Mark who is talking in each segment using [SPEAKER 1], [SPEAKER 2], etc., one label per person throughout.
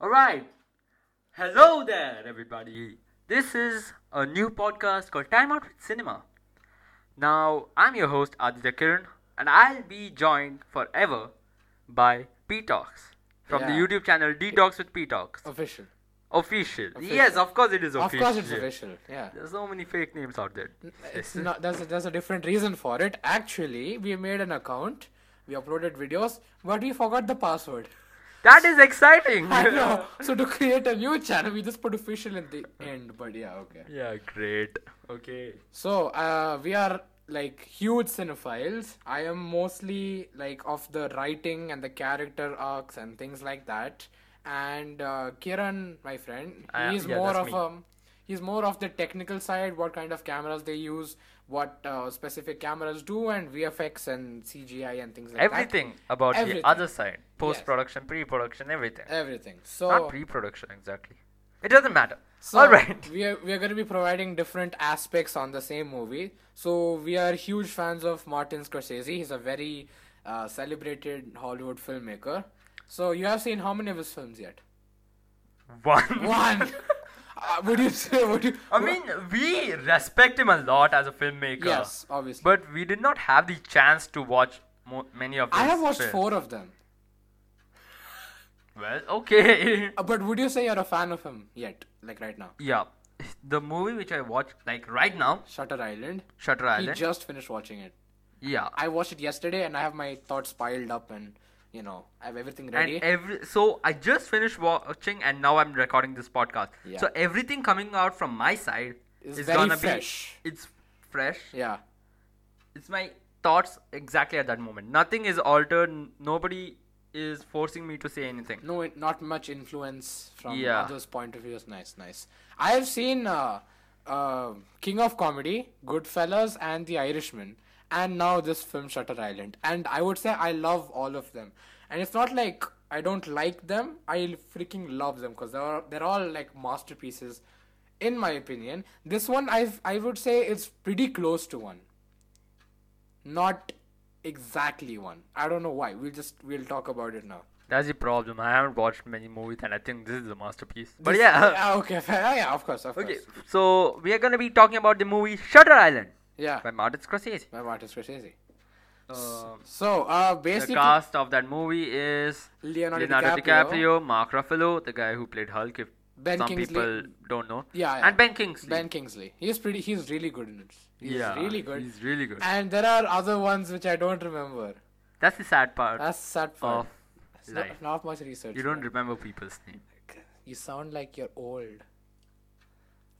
[SPEAKER 1] All right. Hello there, everybody. This is a new podcast called Time Out with Cinema. Now, I'm your host, Aditya Kiran, and I'll be joined forever by P Talks from the
[SPEAKER 2] Yeah.
[SPEAKER 1] YouTube channel D Talks with P Talks.
[SPEAKER 2] Official.
[SPEAKER 1] Official.
[SPEAKER 2] Official.
[SPEAKER 1] Yes, of course it is
[SPEAKER 2] Of
[SPEAKER 1] official.
[SPEAKER 2] course, it's official. Yeah.
[SPEAKER 1] There's so many fake names out there.
[SPEAKER 2] It's not. There's a, there's a different reason for it. Actually, we made an account. We uploaded videos, but we forgot the password.
[SPEAKER 1] That is exciting.
[SPEAKER 2] I know. So to create a new channel, we just put official in the end. But yeah, okay.
[SPEAKER 1] yeah, great. Okay.
[SPEAKER 2] So uh, we are like huge cinephiles. I am mostly like of the writing and the character arcs and things like that. And uh, Kiran, my friend,
[SPEAKER 1] I am-
[SPEAKER 2] he's
[SPEAKER 1] Uh, yeah,
[SPEAKER 2] more
[SPEAKER 1] that's
[SPEAKER 2] of
[SPEAKER 1] me.
[SPEAKER 2] um he's more of the technical side. What kind of cameras they use, what uh, specific cameras do, and VFX and CGI and things like
[SPEAKER 1] Everything about
[SPEAKER 2] Everything.
[SPEAKER 1] the other side post production, pre production, everything.
[SPEAKER 2] that. Everything. So
[SPEAKER 1] Not pre production exactly. It doesn't matter.
[SPEAKER 2] Oh. So
[SPEAKER 1] All right.
[SPEAKER 2] We are we are going to be providing different aspects on the same movie. So we are huge fans of Martin Scorsese. He's a very uh, celebrated Hollywood filmmaker. So you have seen how many of his films yet?
[SPEAKER 1] One.
[SPEAKER 2] One. uh, would you say? Would you?
[SPEAKER 1] I mean, we respect him a lot as a filmmaker.
[SPEAKER 2] yes, obviously.
[SPEAKER 1] But we did not have the chance to watch mo- many of. His
[SPEAKER 2] I have watched
[SPEAKER 1] films.
[SPEAKER 2] four of them.
[SPEAKER 1] Well, okay.
[SPEAKER 2] Uh, but would you say you're a fan of him yet? Like right now,
[SPEAKER 1] yeah, the movie which I watched like right now,
[SPEAKER 2] Shutter Island.
[SPEAKER 1] Shutter
[SPEAKER 2] He
[SPEAKER 1] Island.
[SPEAKER 2] just finished watching it.
[SPEAKER 1] yeah.
[SPEAKER 2] I watched it yesterday, and I have my thoughts piled up, and you know, I have everything ready.
[SPEAKER 1] And every so I just finished watching and now I'm recording this podcast.
[SPEAKER 2] Yeah.
[SPEAKER 1] So everything coming out from my side
[SPEAKER 2] It's
[SPEAKER 1] is
[SPEAKER 2] very
[SPEAKER 1] gonna
[SPEAKER 2] fresh.
[SPEAKER 1] be it's fresh.
[SPEAKER 2] yeah.
[SPEAKER 1] It's my thoughts exactly at that moment. Nothing is altered. n- Nobody is forcing me to say anything.
[SPEAKER 2] no in- not much influence from
[SPEAKER 1] Yeah.
[SPEAKER 2] others point of view is nice nice i have seen uh, uh, king of comedy goodfellas and the irishman and now this film shutter island and i would say i love all of them and it's not like i don't like them i freaking love them because they're, all- they're all like masterpieces in my opinion this one i i would say it's pretty close to one not exactly one i don't know why we'll just we'll talk about it now
[SPEAKER 1] That's the problem. I haven't watched many movies and I think this is a masterpiece. But
[SPEAKER 2] This-
[SPEAKER 1] yeah.
[SPEAKER 2] "Ah, Okay. Fair. Oh, Yeah, yeah. Of course. Of
[SPEAKER 1] Okay.
[SPEAKER 2] course.
[SPEAKER 1] So we are gonna be talking about the movie Shutter Island
[SPEAKER 2] Yeah.
[SPEAKER 1] by Martin Scorsese.
[SPEAKER 2] By Martin Scorsese.
[SPEAKER 1] Um,
[SPEAKER 2] So, uh,
[SPEAKER 1] the
[SPEAKER 2] basically,
[SPEAKER 1] cast of that movie is
[SPEAKER 2] Leonardo,
[SPEAKER 1] Leonardo
[SPEAKER 2] DiCaprio.
[SPEAKER 1] DiCaprio, Mark Ruffalo, the guy who played Hulk, if
[SPEAKER 2] Ben
[SPEAKER 1] some
[SPEAKER 2] Kingsley.
[SPEAKER 1] people don't know.
[SPEAKER 2] Yeah, yeah.
[SPEAKER 1] And Ben Kingsley.
[SPEAKER 2] Ben Kingsley. He's pretty. He's really good in it. He's
[SPEAKER 1] yeah,
[SPEAKER 2] really good.
[SPEAKER 1] He's really good.
[SPEAKER 2] And there are other ones which I don't remember.
[SPEAKER 1] That's the sad part
[SPEAKER 2] That's sad part.
[SPEAKER 1] of
[SPEAKER 2] It's not,
[SPEAKER 1] life.
[SPEAKER 2] not much research.
[SPEAKER 1] Oh, You don't
[SPEAKER 2] man.
[SPEAKER 1] remember people's name.
[SPEAKER 2] You sound like you're old,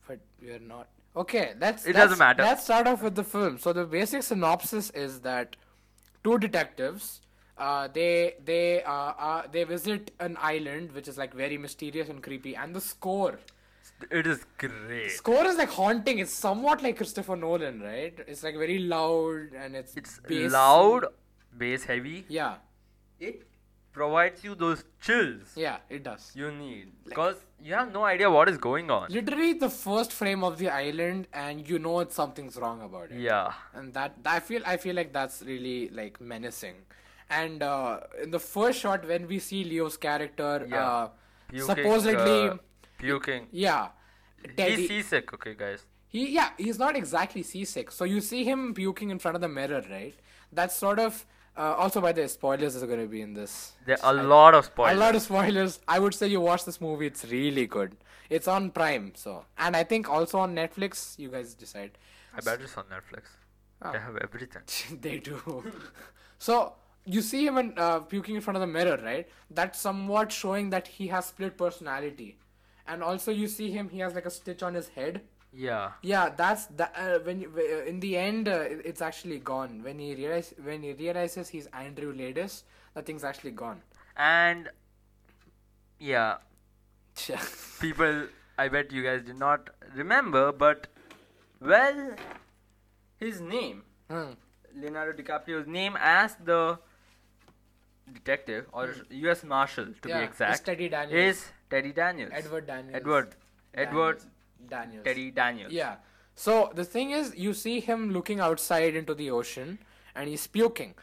[SPEAKER 2] but you're not. Okay, let's.
[SPEAKER 1] It
[SPEAKER 2] let's-
[SPEAKER 1] doesn't matter.
[SPEAKER 2] Let's start off with the film. So the basic synopsis is that two detectives, uh, they they uh, uh, they visit an island which is like very mysterious and creepy, and the score
[SPEAKER 1] It is great.
[SPEAKER 2] score is like haunting. It's somewhat like Christopher Nolan, right? It's like very loud and it's
[SPEAKER 1] It's
[SPEAKER 2] bassy.
[SPEAKER 1] loud, bass heavy.
[SPEAKER 2] Yeah,
[SPEAKER 1] It provides you those chills
[SPEAKER 2] yeah, it does.
[SPEAKER 1] you need because you have no idea what is going on.
[SPEAKER 2] Literally the first frame of the island, and you know it's something's wrong about it.
[SPEAKER 1] Yeah.
[SPEAKER 2] and that I feel I feel like that's really like menacing. And uh, in the first shot, when we see Leo's character,
[SPEAKER 1] Yeah.
[SPEAKER 2] uh,
[SPEAKER 1] Puking,
[SPEAKER 2] supposedly,
[SPEAKER 1] uh, puking.
[SPEAKER 2] yeah,
[SPEAKER 1] He's
[SPEAKER 2] Teddy,
[SPEAKER 1] seasick. Okay, guys.
[SPEAKER 2] he yeah, he's not exactly seasick. So you see him puking in front of the mirror, right? That's sort of uh, also by the spoilers is going to be in this.
[SPEAKER 1] There are a lot of spoilers.
[SPEAKER 2] A lot of spoilers. I would say you watch this movie; it's really good. It's on Prime, so and I think also on Netflix. You guys decide.
[SPEAKER 1] I bet it's on Netflix. They have everything.
[SPEAKER 2] they do. so you see him in, uh, puking in front of the mirror, right? That's somewhat showing that he has split personality, and also you see him. He has like a stitch on his head.
[SPEAKER 1] Yeah.
[SPEAKER 2] Yeah, that's the uh, when you, w- uh, in the end uh, it- it's actually gone. When he realize when he realizes he's Andrew Ladis, that thing's actually gone.
[SPEAKER 1] And yeah, people, I bet you guys did not remember, but well, his name,
[SPEAKER 2] Hmm.
[SPEAKER 1] Leonardo DiCaprio's name as the detective or U.S. Marshal to
[SPEAKER 2] Yeah,
[SPEAKER 1] be
[SPEAKER 2] is
[SPEAKER 1] exact,
[SPEAKER 2] Teddy Daniels.
[SPEAKER 1] is Teddy Daniels.
[SPEAKER 2] Edward Daniels.
[SPEAKER 1] Edward. Edward
[SPEAKER 2] Daniels.
[SPEAKER 1] Teddy Daniels.
[SPEAKER 2] Yeah. So the thing is, you see him looking outside into the ocean, and he's puking.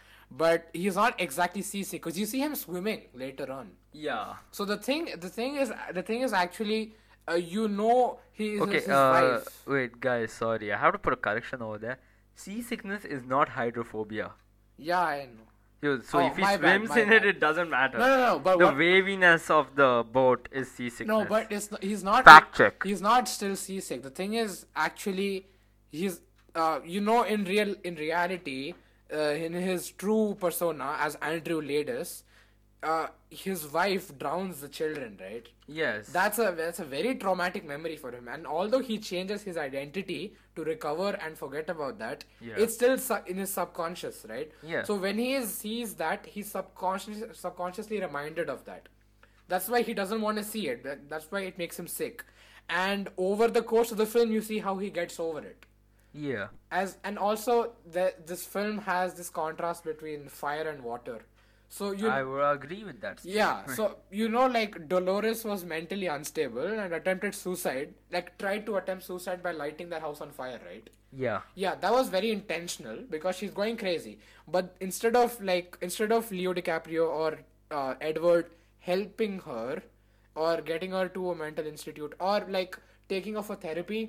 [SPEAKER 2] but he's not exactly seasick because you see him swimming later on.
[SPEAKER 1] Yeah.
[SPEAKER 2] So the thing, the thing is, the thing is actually, uh, you know, he is
[SPEAKER 1] Okay,
[SPEAKER 2] his
[SPEAKER 1] uh,
[SPEAKER 2] wife.
[SPEAKER 1] wait, guys, sorry. I have to put a correction over there. Seasickness is not hydrophobia.
[SPEAKER 2] Yeah, I know.
[SPEAKER 1] Yo, So
[SPEAKER 2] Oh,
[SPEAKER 1] if he
[SPEAKER 2] my bad,
[SPEAKER 1] swims
[SPEAKER 2] my
[SPEAKER 1] in
[SPEAKER 2] bad.
[SPEAKER 1] it, it doesn't matter.
[SPEAKER 2] No, no, no, but
[SPEAKER 1] the
[SPEAKER 2] what-
[SPEAKER 1] waviness of the boat is seasickness.
[SPEAKER 2] No, but it's not, he's not.
[SPEAKER 1] Fact check.
[SPEAKER 2] He's not still seasick. The thing is, actually, he's. Uh, you know, in real, in reality, uh, in his true persona as Andrew Ladis, uh, his wife drowns the children, right?
[SPEAKER 1] yes,
[SPEAKER 2] That's a that's a very traumatic memory for him. And although he changes his identity to recover and forget about that,
[SPEAKER 1] Yeah.
[SPEAKER 2] it's still su- in his subconscious, right?
[SPEAKER 1] Yeah.
[SPEAKER 2] So when he is, sees that, he's subconscious subconsciously reminded of that. That's why he doesn't want to see it. That, that's why it makes him sick. And over the course of the film, you see how he gets over it.
[SPEAKER 1] yeah,
[SPEAKER 2] As and also the, this film has this contrast between fire and water. So you
[SPEAKER 1] I would agree with that.
[SPEAKER 2] yeah, so you know, like Dolores was mentally unstable and attempted suicide, like tried to attempt suicide by lighting their house on fire, right?
[SPEAKER 1] Yeah,
[SPEAKER 2] Yeah, that was very intentional because she's going crazy. But instead of like instead of Leo DiCaprio or uh, Edward helping her or getting her to a mental institute or like taking her for therapy,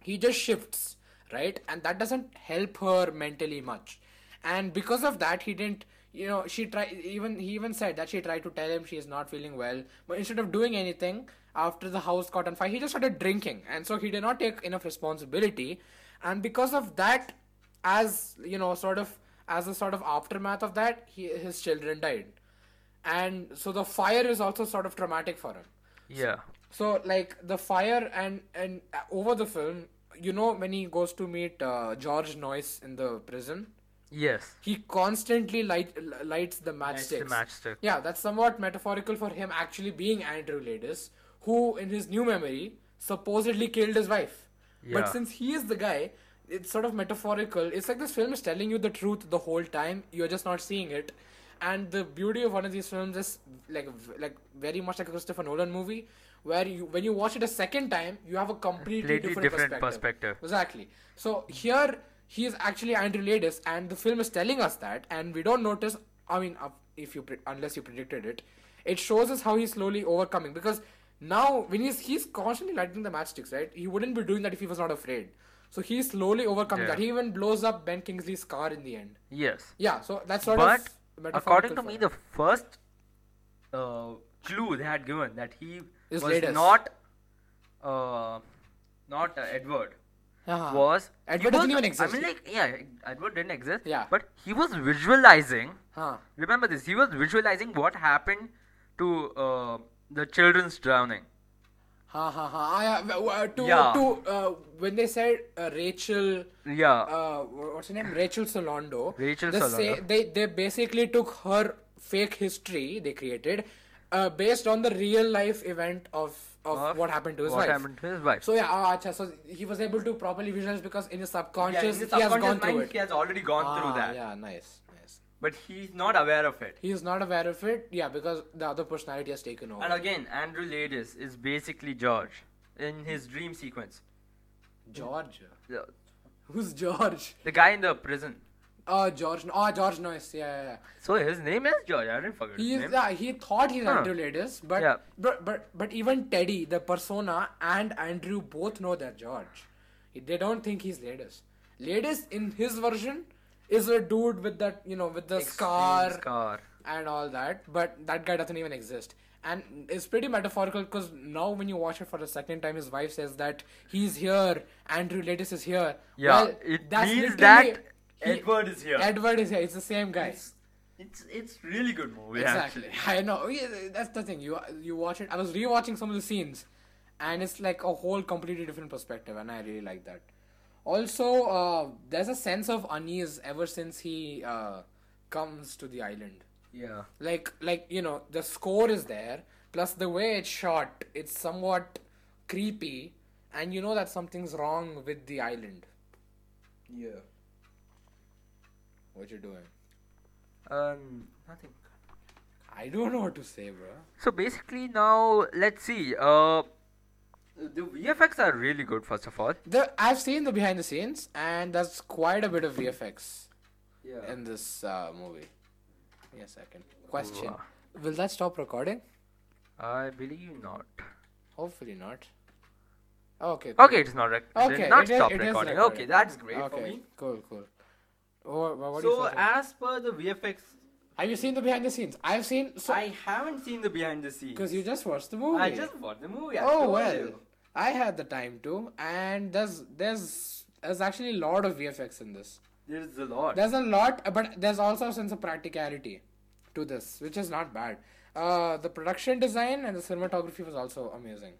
[SPEAKER 2] he just shifts, right? And that doesn't help her mentally much. And because of that, he didn't. You know, she tried. Even he even said that she tried to tell him she is not feeling well. But instead of doing anything, after the house caught on fire, he just started drinking, and so he did not take enough responsibility and because of that as you know sort of as a sort of aftermath of that he, his children died and so the fire is also sort of traumatic for him
[SPEAKER 1] yeah,
[SPEAKER 2] so like the fire and and uh, over the film you know when he goes to meet uh, george noyce in the prison
[SPEAKER 1] yes.
[SPEAKER 2] he constantly light l- lights the
[SPEAKER 1] Lights the
[SPEAKER 2] matchsticks.
[SPEAKER 1] matchstick.
[SPEAKER 2] Yeah, that's somewhat metaphorical for him actually being Andrew Ladis, who in his new memory supposedly killed his wife.
[SPEAKER 1] Yeah.
[SPEAKER 2] But since he is the guy, it's sort of metaphorical. It's like this film is telling you the truth the whole time. You're just not seeing it. And the beauty of one of these films is like v- like very much like a Christopher Nolan movie, where you when you watch it a second time, you have a completely
[SPEAKER 1] Completely
[SPEAKER 2] different,
[SPEAKER 1] different perspective.
[SPEAKER 2] Exactly. So here he is actually Andrew Ladis, and the film is telling us that, and we don't notice. I mean, up- if you pre- unless you predicted it, it shows us how he's slowly overcoming. Because now when he's he's constantly lighting the matchsticks, right? He wouldn't be doing that if he was not afraid. So he's slowly overcoming
[SPEAKER 1] Yeah.
[SPEAKER 2] that. He even blows up Ben Kingsley's car in the end.
[SPEAKER 1] Yes.
[SPEAKER 2] Yeah. So that's sort
[SPEAKER 1] but
[SPEAKER 2] of.
[SPEAKER 1] according to
[SPEAKER 2] metaphorical for
[SPEAKER 1] me,
[SPEAKER 2] him.
[SPEAKER 1] the first uh, clue they had given that he
[SPEAKER 2] Is
[SPEAKER 1] was
[SPEAKER 2] Ladis.
[SPEAKER 1] not, uh, not uh, Edward.
[SPEAKER 2] Uh-huh.
[SPEAKER 1] Was he
[SPEAKER 2] Edward doesn't
[SPEAKER 1] was-
[SPEAKER 2] even exist.
[SPEAKER 1] I mean, like, yeah, Edward didn't exist.
[SPEAKER 2] Yeah.
[SPEAKER 1] But he was visualizing.
[SPEAKER 2] Huh.
[SPEAKER 1] Remember this. He was visualizing what happened to uh, the children's drowning.
[SPEAKER 2] Ha ha ha! Ah, yeah, w- w- to
[SPEAKER 1] Yeah.
[SPEAKER 2] to uh, when they said uh, Rachel,
[SPEAKER 1] Yeah.
[SPEAKER 2] uh, wh- what's her name? Rachel Salondo.
[SPEAKER 1] Rachel
[SPEAKER 2] the sa-
[SPEAKER 1] Salondo.
[SPEAKER 2] they they basically took her fake history they created, uh, based on the real life event of
[SPEAKER 1] Of
[SPEAKER 2] of, Uh, what happened to his
[SPEAKER 1] what
[SPEAKER 2] wife.
[SPEAKER 1] happened to his wife.
[SPEAKER 2] So yeah, ah, acha, so he was able to properly visualize because in his subconscious,
[SPEAKER 1] yeah, in his
[SPEAKER 2] he has
[SPEAKER 1] subconscious
[SPEAKER 2] gone through
[SPEAKER 1] mind,
[SPEAKER 2] it.
[SPEAKER 1] He has already gone
[SPEAKER 2] Ah,
[SPEAKER 1] through that.
[SPEAKER 2] Yeah, nice, nice.
[SPEAKER 1] But he's not aware of it.
[SPEAKER 2] He is not aware of it. Yeah, because the other personality has taken over.
[SPEAKER 1] And again, Andrew Ladis is basically George in his dream sequence.
[SPEAKER 2] George,
[SPEAKER 1] The,
[SPEAKER 2] who's George?
[SPEAKER 1] the guy in the prison.
[SPEAKER 2] Oh, George. Oh, George Noyce. Yeah, yeah, yeah.
[SPEAKER 1] So his name is George. I didn't forget
[SPEAKER 2] He
[SPEAKER 1] his
[SPEAKER 2] is,
[SPEAKER 1] name.
[SPEAKER 2] yeah, he thought he's
[SPEAKER 1] Huh.
[SPEAKER 2] Andrew Ladis, but,
[SPEAKER 1] Yeah.
[SPEAKER 2] but but but even Teddy, the persona, and Andrew both know they're George. They don't think he's Ladis. Ladis in his version is a dude with that you know with the scar,
[SPEAKER 1] Extreme Scar.
[SPEAKER 2] and all that, but that guy doesn't even exist. And it's pretty metaphorical because now when you watch it for the second time, his wife says that he's here, Andrew Ladis is here.
[SPEAKER 1] Yeah,
[SPEAKER 2] Well,
[SPEAKER 1] it
[SPEAKER 2] that's
[SPEAKER 1] means
[SPEAKER 2] literally-
[SPEAKER 1] that
[SPEAKER 2] he-
[SPEAKER 1] Edward is here.
[SPEAKER 2] Edward is here. It's the same guy.
[SPEAKER 1] It's, it's it's really good movie
[SPEAKER 2] Exactly.
[SPEAKER 1] actually.
[SPEAKER 2] I know. Oh, Yeah, That's the thing. You you watch it. I was rewatching some of the scenes, and it's like a whole completely different perspective, and I really like that. Also, uh, there's a sense of unease ever since he uh, comes to the island.
[SPEAKER 1] Yeah.
[SPEAKER 2] Like like you know the score is there, plus the way it's shot, it's somewhat creepy, and you know that something's wrong with the island.
[SPEAKER 1] Yeah.
[SPEAKER 2] What you doing?
[SPEAKER 1] Um. Nothing.
[SPEAKER 2] I don't know what to say, bro.
[SPEAKER 1] So basically, now let's see. Uh, the VFX are really good, first of all.
[SPEAKER 2] The I've seen the behind the scenes, and that's quite a bit of VFX.
[SPEAKER 1] Yeah.
[SPEAKER 2] in this uh, movie. Give me a second. Question:
[SPEAKER 1] Wow.
[SPEAKER 2] Will that stop recording?
[SPEAKER 1] I believe not.
[SPEAKER 2] Hopefully not. Okay. cool.
[SPEAKER 1] Okay, it's not rec-
[SPEAKER 2] Okay.
[SPEAKER 1] did not
[SPEAKER 2] it is-
[SPEAKER 1] stop
[SPEAKER 2] it is
[SPEAKER 1] recording.
[SPEAKER 2] recording.
[SPEAKER 1] Okay, that's great
[SPEAKER 2] okay,
[SPEAKER 1] for me.
[SPEAKER 2] Cool. Cool. Oh, wha- what do you
[SPEAKER 1] So uh,
[SPEAKER 2] think?
[SPEAKER 1] as per the VFX,
[SPEAKER 2] Have you seen the behind the scenes? I've seen so
[SPEAKER 1] I haven't seen the behind the scenes.
[SPEAKER 2] because you just watched the movie.
[SPEAKER 1] I just bought the movie. I
[SPEAKER 2] Oh
[SPEAKER 1] told
[SPEAKER 2] well,
[SPEAKER 1] you.
[SPEAKER 2] I had the time too, and there's there's there's actually a lot of VFX in this.
[SPEAKER 1] There's a lot.
[SPEAKER 2] There's a lot, but there's also a sense of practicality to this, which is not bad. Uh, the production design and the cinematography was also amazing.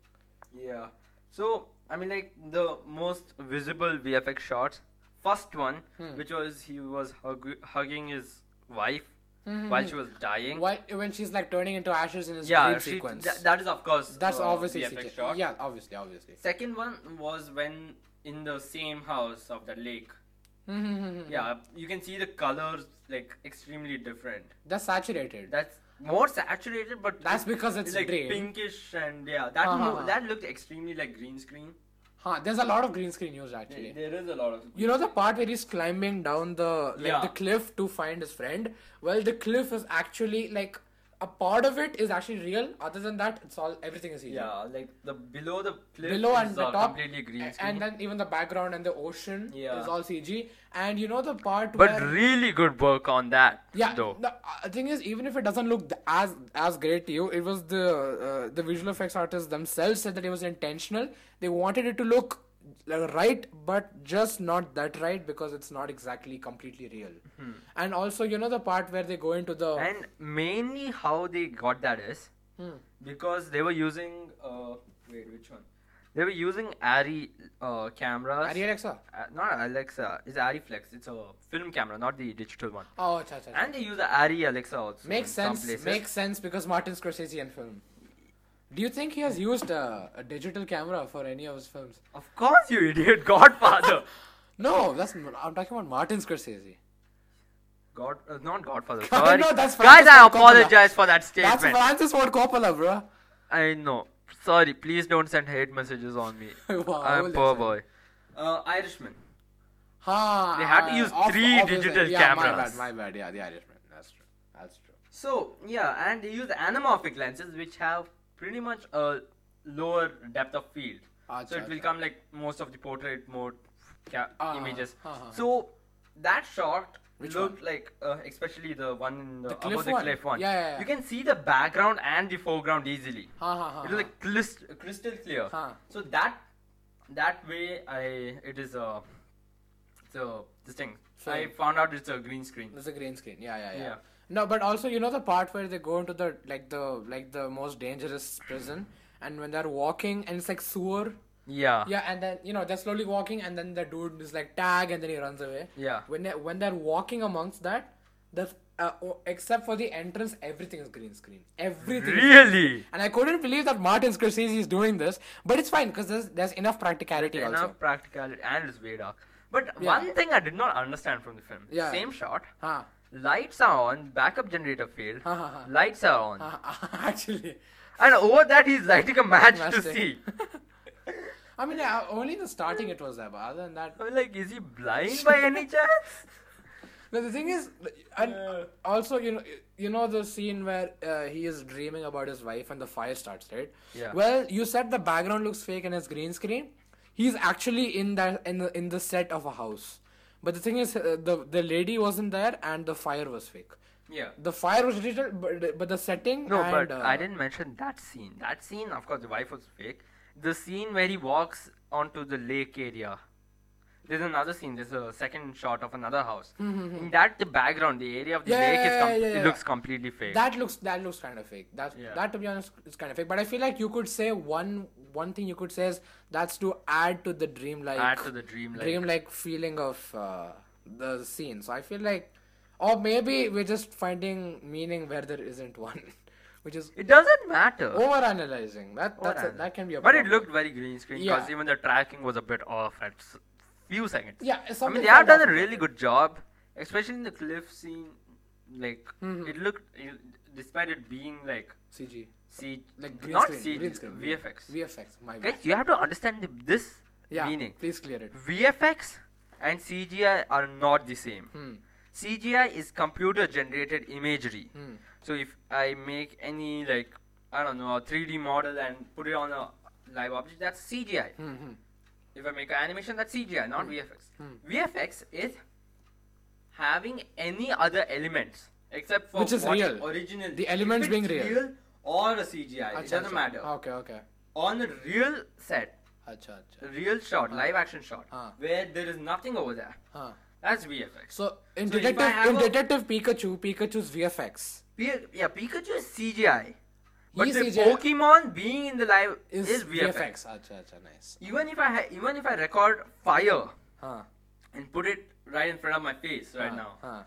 [SPEAKER 1] Yeah. So I mean, like the most visible VFX shots. First one,
[SPEAKER 2] Hmm.
[SPEAKER 1] which was he was hug- hugging his wife
[SPEAKER 2] Mm-hmm.
[SPEAKER 1] while she was dying.
[SPEAKER 2] Why when she's like turning into ashes in his
[SPEAKER 1] Yeah,
[SPEAKER 2] dream
[SPEAKER 1] she,
[SPEAKER 2] sequence?
[SPEAKER 1] tha- that is of course.
[SPEAKER 2] that's
[SPEAKER 1] uh,
[SPEAKER 2] obviously
[SPEAKER 1] VFX
[SPEAKER 2] CGI.
[SPEAKER 1] shot.
[SPEAKER 2] Yeah, obviously, obviously.
[SPEAKER 1] Second one was when in the same house of the lake.
[SPEAKER 2] Mm-hmm,
[SPEAKER 1] Yeah, you can see the colors like extremely different.
[SPEAKER 2] That's saturated.
[SPEAKER 1] That's more saturated, but
[SPEAKER 2] That's because it's
[SPEAKER 1] like
[SPEAKER 2] dream.
[SPEAKER 1] pinkish and yeah, that
[SPEAKER 2] Uh-huh.
[SPEAKER 1] mo- that looked extremely like green screen.
[SPEAKER 2] Huh, there's a lot of green screen used actually.
[SPEAKER 1] There- There is a lot of
[SPEAKER 2] You know the part where he's climbing down the like
[SPEAKER 1] Yeah.
[SPEAKER 2] the cliff to find his friend? Well the cliff is actually like a part of it is actually real. Other than that, it's all everything is CGI.
[SPEAKER 1] yeah, like the below the cliff
[SPEAKER 2] Below
[SPEAKER 1] is
[SPEAKER 2] and the
[SPEAKER 1] all
[SPEAKER 2] top
[SPEAKER 1] completely green
[SPEAKER 2] a-
[SPEAKER 1] screen.
[SPEAKER 2] And then even the background and the ocean
[SPEAKER 1] Yeah.
[SPEAKER 2] is all CG. And you know the part
[SPEAKER 1] but
[SPEAKER 2] where
[SPEAKER 1] really good work on that.
[SPEAKER 2] yeah,
[SPEAKER 1] though.
[SPEAKER 2] the uh, thing is, even if it doesn't look th- as as great to you, it was the uh, the visual effects artists themselves said that it was intentional. They wanted it to look like, right, but just not that right because it's not exactly completely real.
[SPEAKER 1] Hmm.
[SPEAKER 2] And also, you know the part where they go into the
[SPEAKER 1] And mainly how they got that is
[SPEAKER 2] Hmm.
[SPEAKER 1] because they were using uh, wait which one? They were using Arri uh, cameras.
[SPEAKER 2] Arri Alexa.
[SPEAKER 1] Uh, not Alexa. It's Ariflex. It's a film camera, not the digital one.
[SPEAKER 2] Oh, cha cha.
[SPEAKER 1] And they use the Arri Alexa also.
[SPEAKER 2] Makes
[SPEAKER 1] in
[SPEAKER 2] sense.
[SPEAKER 1] Some places.
[SPEAKER 2] Makes sense because Martin Scorsese and film. Do you think he has used a, a digital camera for any of his films?
[SPEAKER 1] Of course, you idiot, Godfather.
[SPEAKER 2] No, that's I'm talking about Martin Scorsese.
[SPEAKER 1] God, uh, not Godfather.
[SPEAKER 2] I
[SPEAKER 1] Sorry.
[SPEAKER 2] know, that's
[SPEAKER 1] Guys, I
[SPEAKER 2] Francis Ford Coppola.
[SPEAKER 1] apologize for that statement.
[SPEAKER 2] That's Francis Ford Coppola, bro.
[SPEAKER 1] I know. Sorry, please don't send hate messages on me.
[SPEAKER 2] Wow,
[SPEAKER 1] I'm
[SPEAKER 2] listen.
[SPEAKER 1] Ah, poor boy. Uh, Irishman.
[SPEAKER 2] Ha,
[SPEAKER 1] They had to
[SPEAKER 2] uh,
[SPEAKER 1] use
[SPEAKER 2] off-
[SPEAKER 1] three
[SPEAKER 2] off his-
[SPEAKER 1] digital
[SPEAKER 2] yeah,
[SPEAKER 1] cameras.
[SPEAKER 2] My bad, my bad. Yeah, the Irishman. That's true. That's true.
[SPEAKER 1] So yeah, and they use anamorphic lenses, which have pretty much a lower depth of field.
[SPEAKER 2] Acha,
[SPEAKER 1] so it will
[SPEAKER 2] acha.
[SPEAKER 1] come like most of the portrait mode ca-
[SPEAKER 2] Ah,
[SPEAKER 1] images.
[SPEAKER 2] ah, ah.
[SPEAKER 1] So that shot
[SPEAKER 2] Which
[SPEAKER 1] looked like, uh, especially the one in the,
[SPEAKER 2] The
[SPEAKER 1] above
[SPEAKER 2] cliff
[SPEAKER 1] the
[SPEAKER 2] one?
[SPEAKER 1] cliff one.
[SPEAKER 2] Yeah, yeah, yeah.
[SPEAKER 1] You can see the background and the foreground easily.
[SPEAKER 2] Ha ha ha.
[SPEAKER 1] It is like clis- crystal clear.
[SPEAKER 2] Huh.
[SPEAKER 1] So that that way, I it is a it's a this thing. I
[SPEAKER 2] Film.
[SPEAKER 1] found out it's a green screen.
[SPEAKER 2] There's a green screen. Yeah, yeah, yeah,
[SPEAKER 1] Yeah.
[SPEAKER 2] No, but also you know the part where they go into the like the like the most dangerous prison, and when they're walking and it's like sewer.
[SPEAKER 1] Yeah.
[SPEAKER 2] Yeah, and then you know they're slowly walking, and then the dude is like tag, and then he runs away.
[SPEAKER 1] Yeah.
[SPEAKER 2] When they, when they're walking amongst that, the uh, o- except for the entrance, everything is green screen. Everything. is
[SPEAKER 1] Really.
[SPEAKER 2] And I couldn't believe that Martin Scorsese is doing this, but it's fine because there's, there's enough practicality
[SPEAKER 1] enough
[SPEAKER 2] also.
[SPEAKER 1] practicality and it's way dark. But
[SPEAKER 2] Yeah.
[SPEAKER 1] one thing I did not understand from the film.
[SPEAKER 2] Yeah.
[SPEAKER 1] Same shot.
[SPEAKER 2] Huh.
[SPEAKER 1] Lights are on, backup generator failed.
[SPEAKER 2] Ha, ha, ha.
[SPEAKER 1] Lights are on.
[SPEAKER 2] Actually,
[SPEAKER 1] And over that he's lighting a match to
[SPEAKER 2] Matchstick.
[SPEAKER 1] see.
[SPEAKER 2] I mean, uh, only in the starting it was there, but other than that.
[SPEAKER 1] I'm like, is he blind by any chance?
[SPEAKER 2] But the thing is, and also you know you know the scene where uh, he is dreaming about his wife and the fire starts, right?
[SPEAKER 1] Yeah.
[SPEAKER 2] Well, you said the background looks fake and it's green screen. He's actually in that in the in the set of a house, but the thing is, uh, the the lady wasn't there and the fire was fake.
[SPEAKER 1] Yeah.
[SPEAKER 2] The fire was digital, but, but the setting.
[SPEAKER 1] No,
[SPEAKER 2] and,
[SPEAKER 1] but
[SPEAKER 2] uh,
[SPEAKER 1] I didn't mention that scene. That scene, of course, the wife was fake. The scene where he walks onto the lake area. There's another scene. There's a second shot of another house. In that, the background, the area of the
[SPEAKER 2] Mm-hmm. Yeah,
[SPEAKER 1] lake, is
[SPEAKER 2] yeah,
[SPEAKER 1] com-
[SPEAKER 2] yeah, yeah,
[SPEAKER 1] it
[SPEAKER 2] yeah.
[SPEAKER 1] looks completely fake.
[SPEAKER 2] That looks that looks kind of fake. That
[SPEAKER 1] Yeah.
[SPEAKER 2] that to be honest is kind of fake. But I feel like you could say one one thing you could say is that's to add to the dreamlike
[SPEAKER 1] Add to the dreamlike.
[SPEAKER 2] dreamlike feeling of uh, the scene. So I feel like, or maybe we're just finding meaning where there isn't one, which is
[SPEAKER 1] It doesn't
[SPEAKER 2] Oh,
[SPEAKER 1] matter.
[SPEAKER 2] overanalyzing. That
[SPEAKER 1] Or
[SPEAKER 2] that's a,
[SPEAKER 1] rather.
[SPEAKER 2] that can be a.
[SPEAKER 1] Uh. But it
[SPEAKER 2] problem.
[SPEAKER 1] looked very green screen because
[SPEAKER 2] Yeah.
[SPEAKER 1] even the tracking was a bit off at s- few seconds.
[SPEAKER 2] Yeah,
[SPEAKER 1] I mean
[SPEAKER 2] something
[SPEAKER 1] they have
[SPEAKER 2] felt off
[SPEAKER 1] done a
[SPEAKER 2] a bit.
[SPEAKER 1] really good job, especially in the cliff scene. Like
[SPEAKER 2] Mm-hmm.
[SPEAKER 1] it looked, it, despite it being like
[SPEAKER 2] CG
[SPEAKER 1] C,
[SPEAKER 2] like green
[SPEAKER 1] not
[SPEAKER 2] screen,
[SPEAKER 1] C,
[SPEAKER 2] green screen,
[SPEAKER 1] VFX.
[SPEAKER 2] VFX. My bad.
[SPEAKER 1] Guys, you have to understand the, this
[SPEAKER 2] Yeah,
[SPEAKER 1] meaning.
[SPEAKER 2] please clear it. Hmm.
[SPEAKER 1] VFX and CGI are not the same. CGI is computer generated imagery.
[SPEAKER 2] Hmm.
[SPEAKER 1] So if I make any like I don't know a 3D model and put it on a live object, that's CGI.
[SPEAKER 2] Hmm.
[SPEAKER 1] If I make an animation, that's CGI, not VFX.
[SPEAKER 2] Hmm.
[SPEAKER 1] VFX is having any other elements except for
[SPEAKER 2] Which is
[SPEAKER 1] what
[SPEAKER 2] real.
[SPEAKER 1] original
[SPEAKER 2] The
[SPEAKER 1] if
[SPEAKER 2] elements
[SPEAKER 1] it's
[SPEAKER 2] being real. Ah.
[SPEAKER 1] or a CGI. It doesn't matter.
[SPEAKER 2] Okay, okay.
[SPEAKER 1] On a real set,
[SPEAKER 2] Acha, acha.
[SPEAKER 1] real shot, live action shot,
[SPEAKER 2] Ah.
[SPEAKER 1] where there is nothing over there.
[SPEAKER 2] Huh.
[SPEAKER 1] That's VFX.
[SPEAKER 2] So in
[SPEAKER 1] So if I
[SPEAKER 2] Detective
[SPEAKER 1] have
[SPEAKER 2] in
[SPEAKER 1] a-
[SPEAKER 2] Detective Pikachu, Pikachu's VFX
[SPEAKER 1] P- yeah, Pikachu is CGI. But
[SPEAKER 2] He is
[SPEAKER 1] the
[SPEAKER 2] CGI.
[SPEAKER 1] Pokemon being in the live
[SPEAKER 2] is,
[SPEAKER 1] is, VFX.
[SPEAKER 2] Acha, acha, Ah, nice.
[SPEAKER 1] Even if I ha- even if I record fire
[SPEAKER 2] Huh.
[SPEAKER 1] and put it right in front of my face right
[SPEAKER 2] huh,
[SPEAKER 1] now
[SPEAKER 2] Huh.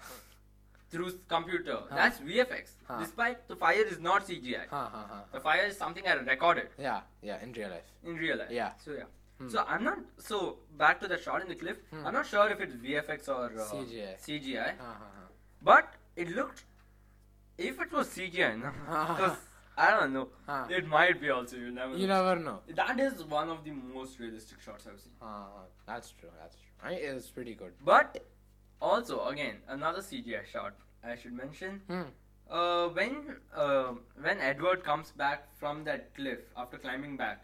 [SPEAKER 1] through s- computer, that's VFX.
[SPEAKER 2] Huh.
[SPEAKER 1] Despite the fire is not CGI.
[SPEAKER 2] Huh, huh, huh.
[SPEAKER 1] The fire is something I recorded
[SPEAKER 2] Yeah, yeah, in real life.
[SPEAKER 1] in real life.
[SPEAKER 2] Yeah. Hmm.
[SPEAKER 1] So yeah. So I'm not so back to the shot in the cliff. I'm not sure if it's VFX or uh,
[SPEAKER 2] CGI.
[SPEAKER 1] CGI.
[SPEAKER 2] Huh, huh, huh.
[SPEAKER 1] But it looked, if it was CGI, no, 'cause I don't know,
[SPEAKER 2] Ah.
[SPEAKER 1] it might be also. You never.
[SPEAKER 2] You
[SPEAKER 1] know.
[SPEAKER 2] never know.
[SPEAKER 1] That is one of the most realistic shots I've seen.
[SPEAKER 2] Huh, huh. that's true. That's true. I, it's pretty good.
[SPEAKER 1] But also, again, another CGI shot I should mention.
[SPEAKER 2] Hmm.
[SPEAKER 1] Uh, when uh, when Edward comes back from that cliff after climbing back,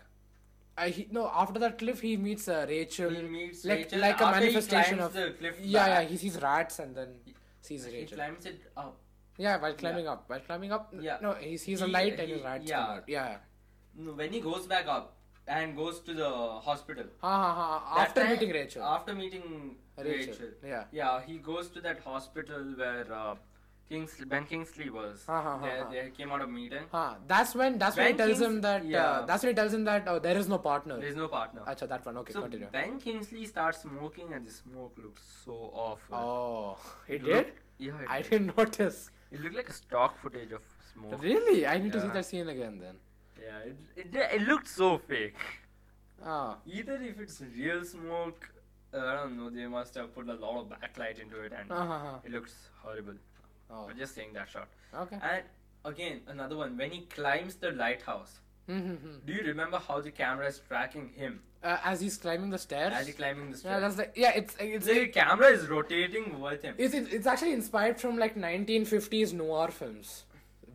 [SPEAKER 2] I, he, no, after that cliff, he meets uh, Rachel.
[SPEAKER 1] He meets
[SPEAKER 2] like,
[SPEAKER 1] Rachel
[SPEAKER 2] like a
[SPEAKER 1] after he
[SPEAKER 2] manifestation
[SPEAKER 1] climbs
[SPEAKER 2] of.
[SPEAKER 1] the cliff
[SPEAKER 2] yeah,
[SPEAKER 1] back.
[SPEAKER 2] yeah. He sees rats and then sees
[SPEAKER 1] he
[SPEAKER 2] Rachel.
[SPEAKER 1] climbs it up.
[SPEAKER 2] yeah, while climbing up, while climbing up. n-
[SPEAKER 1] Yeah.
[SPEAKER 2] No, he sees a
[SPEAKER 1] He-
[SPEAKER 2] light and
[SPEAKER 1] he-
[SPEAKER 2] his rats
[SPEAKER 1] yeah.
[SPEAKER 2] come out. Yeah.
[SPEAKER 1] No, When he goes back up and goes to the hospital
[SPEAKER 2] Ha ha ha.
[SPEAKER 1] That
[SPEAKER 2] After
[SPEAKER 1] time- uh,
[SPEAKER 2] meeting Rachel.
[SPEAKER 1] After meeting
[SPEAKER 2] Rachel,
[SPEAKER 1] Rachel.
[SPEAKER 2] yeah.
[SPEAKER 1] Yeah, he goes to that hospital where uh, Kings Ben Kingsley was.
[SPEAKER 2] Ha, ha, ha,
[SPEAKER 1] there,
[SPEAKER 2] ha.
[SPEAKER 1] there came out a meeting.
[SPEAKER 2] Huh. That's when that's when, he
[SPEAKER 1] Ben
[SPEAKER 2] tells
[SPEAKER 1] Kings-
[SPEAKER 2] him that
[SPEAKER 1] yeah.
[SPEAKER 2] uh, that's when he tells him that oh there is no partner.
[SPEAKER 1] There's no partner.
[SPEAKER 2] Acha, that one. Ah, Okay,
[SPEAKER 1] so
[SPEAKER 2] continue.
[SPEAKER 1] Ben Kingsley starts smoking, and the smoke looks so awful.
[SPEAKER 2] Oh, he
[SPEAKER 1] It
[SPEAKER 2] did.
[SPEAKER 1] looked- yeah, it,
[SPEAKER 2] I
[SPEAKER 1] did.
[SPEAKER 2] didn't notice.
[SPEAKER 1] it looked like a stock footage of smoke.
[SPEAKER 2] Really, I need to see
[SPEAKER 1] Yeah.
[SPEAKER 2] that scene again then.
[SPEAKER 1] Yeah, it, it, it looked so fake.
[SPEAKER 2] Oh,
[SPEAKER 1] Either if it's real smoke, uh, I don't know, they must have put a lot of backlight into it, and
[SPEAKER 2] Uh, huh, huh.
[SPEAKER 1] it looks horrible.
[SPEAKER 2] oh.
[SPEAKER 1] I'm just saying that shot.
[SPEAKER 2] okay.
[SPEAKER 1] And again, another one when he climbs the lighthouse.
[SPEAKER 2] Mhm.
[SPEAKER 1] Do you remember how the camera is tracking him
[SPEAKER 2] uh, as he's climbing the stairs.
[SPEAKER 1] as he climbing the
[SPEAKER 2] yeah,
[SPEAKER 1] stairs?
[SPEAKER 2] that's like yeah, it's it's
[SPEAKER 1] the camera is rotating with him.
[SPEAKER 2] it's, it's it's actually inspired from like 1950s noir films,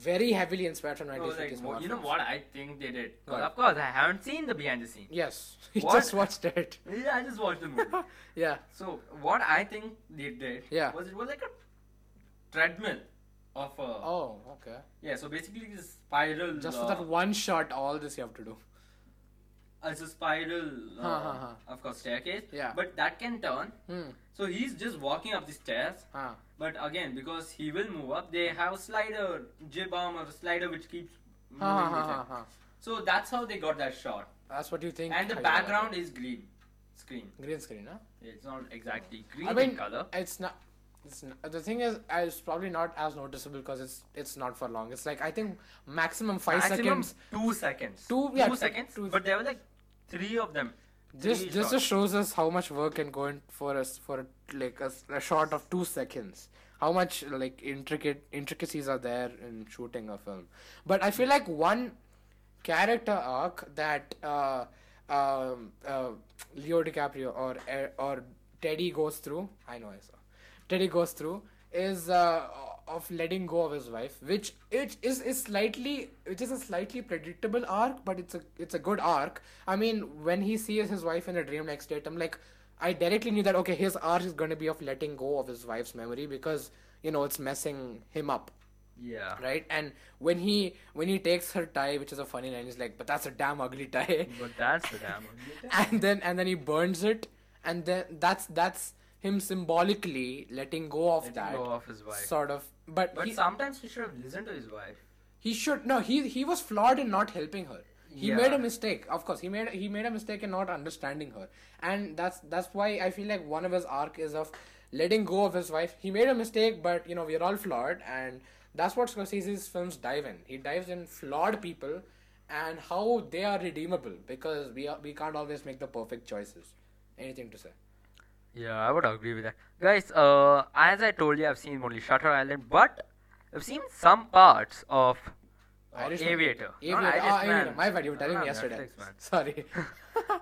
[SPEAKER 2] very heavily inspired from
[SPEAKER 1] So, Oh,
[SPEAKER 2] 1950s
[SPEAKER 1] like,
[SPEAKER 2] noir.
[SPEAKER 1] wha- you know
[SPEAKER 2] films.
[SPEAKER 1] what I think they did? 'Cause
[SPEAKER 2] What?
[SPEAKER 1] Of course, I haven't seen the behind the scenes.
[SPEAKER 2] Yes, he
[SPEAKER 1] What?
[SPEAKER 2] just watched it.
[SPEAKER 1] Yeah, I just watched the movie.
[SPEAKER 2] Yeah,
[SPEAKER 1] so what I think they did
[SPEAKER 2] Yeah.
[SPEAKER 1] was it was like a treadmill of a
[SPEAKER 2] Oh, okay.
[SPEAKER 1] yeah. So basically, this spiral.
[SPEAKER 2] Just
[SPEAKER 1] uh,
[SPEAKER 2] for that one shot, all this you have to do.
[SPEAKER 1] It's a spiral. Uh,
[SPEAKER 2] Huh, huh, huh.
[SPEAKER 1] Of course, staircase.
[SPEAKER 2] Yeah.
[SPEAKER 1] But that can turn.
[SPEAKER 2] Hmm.
[SPEAKER 1] So he's just walking up the stairs.
[SPEAKER 2] Huh.
[SPEAKER 1] But again, because he will move up, they have a slider, J bomb or a slider which keeps moving.
[SPEAKER 2] Ha,
[SPEAKER 1] with
[SPEAKER 2] ha, ha,
[SPEAKER 1] him.
[SPEAKER 2] ha.
[SPEAKER 1] So that's how they got that shot.
[SPEAKER 2] That's what you think.
[SPEAKER 1] And the
[SPEAKER 2] I-
[SPEAKER 1] background is green screen.
[SPEAKER 2] Green screen, huh?
[SPEAKER 1] It's not exactly green
[SPEAKER 2] I mean,
[SPEAKER 1] in color.
[SPEAKER 2] it's not. It's not, the thing is, uh, it's probably not as noticeable because it's it's not for long. It's like I think maximum five
[SPEAKER 1] Maximum
[SPEAKER 2] seconds.
[SPEAKER 1] two seconds.
[SPEAKER 2] Two- yeah, two-
[SPEAKER 1] seconds.
[SPEAKER 2] two-
[SPEAKER 1] but there were like three of them.
[SPEAKER 2] This
[SPEAKER 1] Three
[SPEAKER 2] this
[SPEAKER 1] shots.
[SPEAKER 2] just shows us how much work can go in for us for like a, s- a shot of two seconds. How much like intricate intricacies are there in shooting a film. But I feel like one character arc that uh, um, uh, Leo DiCaprio or er, or Teddy goes through. I know I saw. Teddy goes through is uh, of letting go of his wife, which it is is slightly which is a slightly predictable arc, but it's a it's a good arc. I mean, when he sees his wife in a dream like state, I'm like, I directly knew that okay, his arc is gonna be of letting go of his wife's memory because you know it's messing him up
[SPEAKER 1] Yeah.
[SPEAKER 2] right and when he when he takes her tie which is a funny line he's like but that's a damn ugly tie
[SPEAKER 1] But that's the damn.
[SPEAKER 2] and then and then he burns it and then that's that's him symbolically letting go of that
[SPEAKER 1] go of his wife.
[SPEAKER 2] sort of but,
[SPEAKER 1] But
[SPEAKER 2] he,
[SPEAKER 1] sometimes he should have listened to his wife.
[SPEAKER 2] he should no he he was flawed in not helping her he
[SPEAKER 1] Yeah.
[SPEAKER 2] made a mistake of course he made he made a mistake in not understanding her and that's that's why i feel like one of his arc is of letting go of his wife he made a mistake but you know we're all flawed and that's what scorsese's films dive in he dives in flawed people and how they are redeemable because we are, we can't always make the perfect choices anything to say
[SPEAKER 1] Yeah, I would agree with that. Guys, uh, as I told you, I've seen only Shutter Island, but I've seen some parts of uh,
[SPEAKER 2] Irishman.
[SPEAKER 1] Aviator. Not
[SPEAKER 2] Aviator. Ah,
[SPEAKER 1] Irishman.
[SPEAKER 2] Aviator. my bad you were telling
[SPEAKER 1] Ah,
[SPEAKER 2] me yesterday
[SPEAKER 1] Netflix, man.
[SPEAKER 2] sorry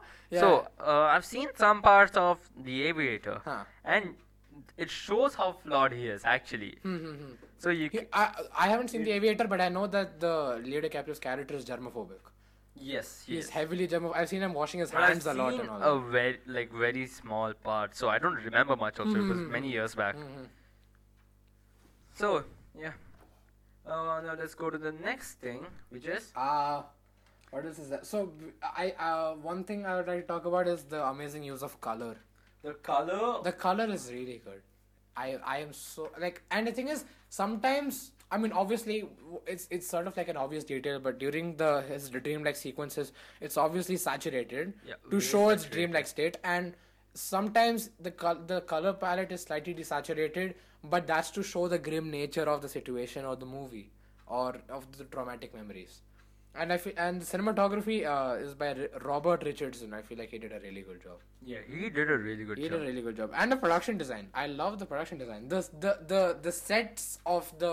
[SPEAKER 1] So,
[SPEAKER 2] yeah.
[SPEAKER 1] uh, I've seen some parts of The Aviator,
[SPEAKER 2] Huh.
[SPEAKER 1] and it shows how flawed he is actually.
[SPEAKER 2] Hmm,
[SPEAKER 1] So you
[SPEAKER 2] He-
[SPEAKER 1] ca-
[SPEAKER 2] I, I haven't seen The Aviator, but I know that the Leo DiCaprio's character is germophobic.
[SPEAKER 1] yes,
[SPEAKER 2] He's
[SPEAKER 1] yes.
[SPEAKER 2] heavily germophobic. I've seen him washing his
[SPEAKER 1] But I've
[SPEAKER 2] hands a lot
[SPEAKER 1] seen
[SPEAKER 2] and all
[SPEAKER 1] a very like very small part, so I don't remember much. Also, it was
[SPEAKER 2] Mm-hmm.
[SPEAKER 1] many years back. So yeah. Uh, now let's go to the next thing, which is
[SPEAKER 2] Uh, what else is that? So, I uh, one thing I would like to talk about is the amazing use of color.
[SPEAKER 1] the color.
[SPEAKER 2] The color is really good. I I am so like, and the thing is, sometimes I mean, obviously, w- it's it's sort of like an obvious detail, but during the his dreamlike sequences, it's obviously saturated
[SPEAKER 1] Yeah,
[SPEAKER 2] to
[SPEAKER 1] very
[SPEAKER 2] show its
[SPEAKER 1] saturated.
[SPEAKER 2] dreamlike state, and sometimes the col- the color palette is slightly desaturated, but that's to show the grim nature of the situation or the movie or of the traumatic memories. And I feel, and the cinematography uh, is by R- Robert Richardson. I feel like he did a really good job.
[SPEAKER 1] yeah, he did a really good
[SPEAKER 2] He
[SPEAKER 1] job.
[SPEAKER 2] did a really good job, and the production design. I love the production design. The the the, the sets of the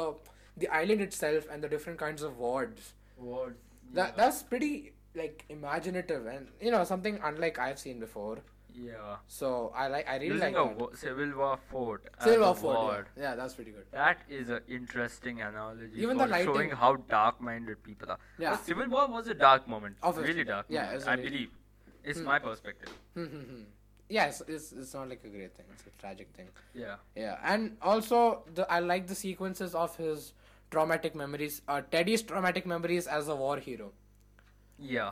[SPEAKER 2] the island itself and the different kinds of wards.
[SPEAKER 1] What-
[SPEAKER 2] That that's pretty like imaginative and you know something unlike I've seen before.
[SPEAKER 1] yeah.
[SPEAKER 2] So I like I really
[SPEAKER 1] Using
[SPEAKER 2] like
[SPEAKER 1] a
[SPEAKER 2] that.
[SPEAKER 1] wo- Civil War fort. as
[SPEAKER 2] Civil
[SPEAKER 1] a
[SPEAKER 2] War Fort, yeah.
[SPEAKER 1] ward.
[SPEAKER 2] Yeah. that's pretty good.
[SPEAKER 1] That is an interesting analogy
[SPEAKER 2] Even
[SPEAKER 1] for
[SPEAKER 2] the lighting.
[SPEAKER 1] showing how dark-minded people are.
[SPEAKER 2] Yeah.
[SPEAKER 1] But Civil War was a dark moment,
[SPEAKER 2] Obviously.
[SPEAKER 1] really dark.
[SPEAKER 2] Yeah,
[SPEAKER 1] moment,
[SPEAKER 2] it's
[SPEAKER 1] I
[SPEAKER 2] really- Hmm.
[SPEAKER 1] believe. It's my perspective.
[SPEAKER 2] Yeah, it's, it's it's not like a great thing. It's a tragic thing.
[SPEAKER 1] Yeah.
[SPEAKER 2] Yeah, and also the I like the sequences of his traumatic memories. Uh, Teddy's traumatic memories as a war hero.
[SPEAKER 1] Yeah.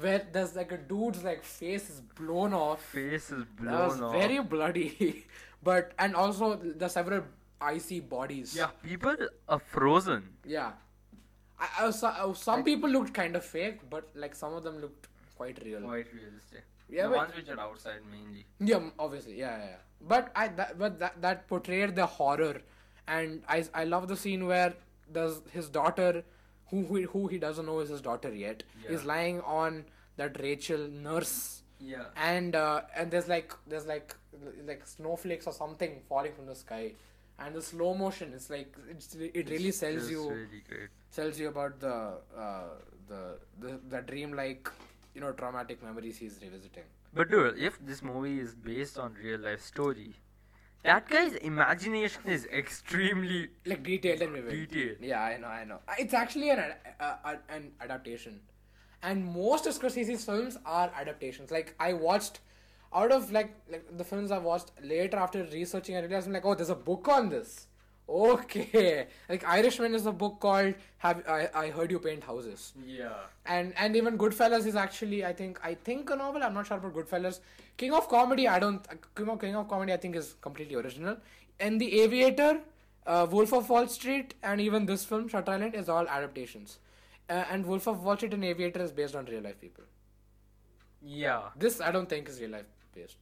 [SPEAKER 2] where there's like a dude's like face is blown off.
[SPEAKER 1] Face is blown
[SPEAKER 2] That was
[SPEAKER 1] off.
[SPEAKER 2] very bloody, but and also the several icy bodies.
[SPEAKER 1] yeah, people are frozen.
[SPEAKER 2] yeah. I, I, was- uh, some people looked kind of fake, but like some of them looked quite real.
[SPEAKER 1] Quite realistic.
[SPEAKER 2] Yeah,
[SPEAKER 1] the
[SPEAKER 2] but-
[SPEAKER 1] ones which are outside mainly.
[SPEAKER 2] Yeah, m- obviously, yeah, yeah. yeah. But I that, but that that portrayed the horror, and I I love the scene where there's his daughter, who who, who he doesn't know is his daughter yet, is
[SPEAKER 1] Yeah.
[SPEAKER 2] lying on that Rachel nurse.
[SPEAKER 1] Yeah.
[SPEAKER 2] and uh, and there's like there's like like snowflakes or something falling from the sky and the slow motion it's like it's, it really sells
[SPEAKER 1] Just
[SPEAKER 2] you
[SPEAKER 1] Really great.
[SPEAKER 2] sells you about the uh, the the, the dream like you know traumatic memories he's revisiting
[SPEAKER 1] But dude, if this movie is based on real life story, that guy's imagination is extremely
[SPEAKER 2] like detailed and vivid
[SPEAKER 1] Detailed.
[SPEAKER 2] yeah i know i know Uh, it's actually an ad- uh, an adaptation and most of scorsese's films are adaptations like i watched out of like like the films i watched later after researching i realized i'm like oh there's a book on this okay like irishman is a book called have i, I heard you paint houses
[SPEAKER 1] Yeah.
[SPEAKER 2] and and even Goodfellas is actually I think I think a novel. I'm not sure about Goodfellas. King of Comedy I don't King of, King of Comedy I think is completely original. And The Aviator, uh, Wolf of Wall Street, and even this film Shutter Island is all adaptations. Uh, and Wolf of Wall Street and Aviator is based on real life people.
[SPEAKER 1] Yeah.
[SPEAKER 2] This I don't think is real life based.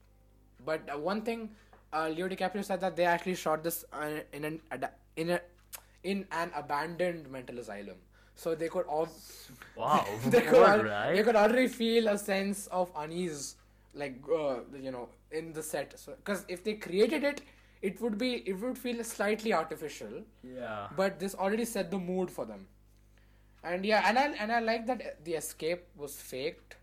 [SPEAKER 2] But uh, one thing, uh, Leo DiCaprio said that they actually shot this uh, in an ada- in a in an abandoned mental asylum, so they could all
[SPEAKER 1] Wow.
[SPEAKER 2] they could,
[SPEAKER 1] All
[SPEAKER 2] al-
[SPEAKER 1] right.
[SPEAKER 2] they could already feel a sense of unease, like uh, you know, in the set. Because if they created it, it would be it would feel slightly artificial.
[SPEAKER 1] Yeah.
[SPEAKER 2] But this already set the mood for them, and yeah, and I and I like that the escape was faked.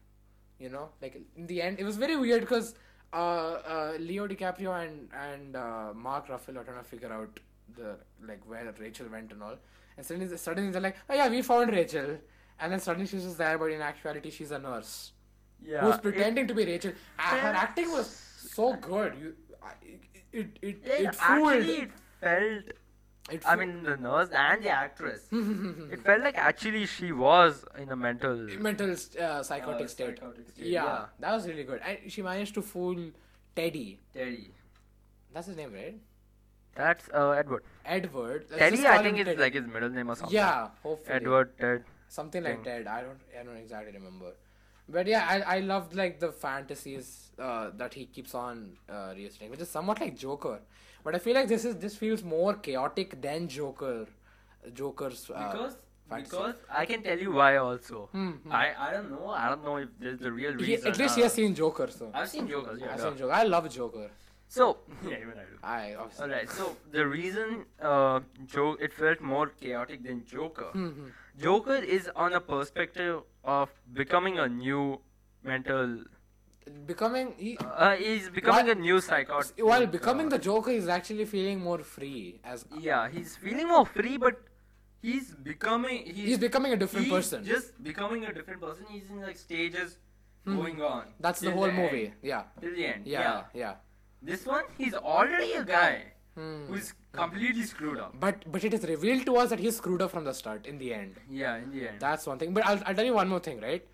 [SPEAKER 2] You know, like in the end, it was very weird because uh, uh, Leo DiCaprio and and uh, Mark Ruffalo are trying to figure out the like where Rachel went and all, and suddenly suddenly they're like, oh yeah, we found Rachel, and then suddenly she's just there, but in actuality she's a nurse
[SPEAKER 1] Yeah.
[SPEAKER 2] who's
[SPEAKER 1] it-
[SPEAKER 2] pretending to be Rachel. Ah, her
[SPEAKER 1] Yeah.
[SPEAKER 2] acting was so good. You, I- it it it,
[SPEAKER 1] it
[SPEAKER 2] it fooled.
[SPEAKER 1] actually felt.
[SPEAKER 2] It
[SPEAKER 1] I
[SPEAKER 2] fooled-
[SPEAKER 1] mean, the nurse and the actress. it felt like actually she was in a mental.
[SPEAKER 2] mental uh, psychotic
[SPEAKER 1] Uh,
[SPEAKER 2] state.
[SPEAKER 1] psychotic state,
[SPEAKER 2] yeah,
[SPEAKER 1] yeah.
[SPEAKER 2] that was really good. And she managed to fool Teddy.
[SPEAKER 1] Teddy.
[SPEAKER 2] That's his name, right?
[SPEAKER 1] That's uh, Edward.
[SPEAKER 2] Edward. Let's just
[SPEAKER 1] Teddy,
[SPEAKER 2] call
[SPEAKER 1] I
[SPEAKER 2] him
[SPEAKER 1] think, is
[SPEAKER 2] Teddy.
[SPEAKER 1] like his middle name or something.
[SPEAKER 2] yeah, hopefully
[SPEAKER 1] Edward Ted.
[SPEAKER 2] something like that. I don't, I don't exactly remember. But yeah, I, I loved like the fantasies uh, that he keeps on uh, revisiting, which is somewhat like Joker. But I feel like this is this feels more chaotic than Joker. Joker's uh,
[SPEAKER 1] Because
[SPEAKER 2] fantasy.
[SPEAKER 1] because I can tell you why also. I I don't know. I don't know if there's the real
[SPEAKER 2] Hmm, He-
[SPEAKER 1] reason.
[SPEAKER 2] at least
[SPEAKER 1] uh,
[SPEAKER 2] he has seen Joker, so
[SPEAKER 1] I've seen Jokers. Yeah.
[SPEAKER 2] I've
[SPEAKER 1] yeah.
[SPEAKER 2] seen Joker. I love Joker.
[SPEAKER 1] So yeah, even I do.
[SPEAKER 2] I obviously.
[SPEAKER 1] Alright, so the reason uh, jo- it felt more chaotic than Joker.
[SPEAKER 2] Hmm,
[SPEAKER 1] Joker is on a perspective of becoming a new mental
[SPEAKER 2] becoming he,
[SPEAKER 1] Uh, he's becoming
[SPEAKER 2] While-
[SPEAKER 1] a new psychotic.
[SPEAKER 2] while becoming the Joker, he's actually feeling more free as
[SPEAKER 1] Yeah, he's feeling more free, but he's becoming. He's,
[SPEAKER 2] He's becoming a different
[SPEAKER 1] he's
[SPEAKER 2] person.
[SPEAKER 1] Just becoming a different person. He's in like stages going on.
[SPEAKER 2] Hmm. that's the
[SPEAKER 1] till
[SPEAKER 2] whole
[SPEAKER 1] end.
[SPEAKER 2] movie. Yeah.
[SPEAKER 1] Till the end.
[SPEAKER 2] Yeah,
[SPEAKER 1] Yeah.
[SPEAKER 2] yeah,
[SPEAKER 1] This one, he's already a guy
[SPEAKER 2] Hmm.
[SPEAKER 1] who's completely screwed up.
[SPEAKER 2] But but it is revealed to us that he's screwed up from the start. In the end,
[SPEAKER 1] Yeah, in the end.
[SPEAKER 2] that's one thing. But I'll, I'll tell you one more thing, right?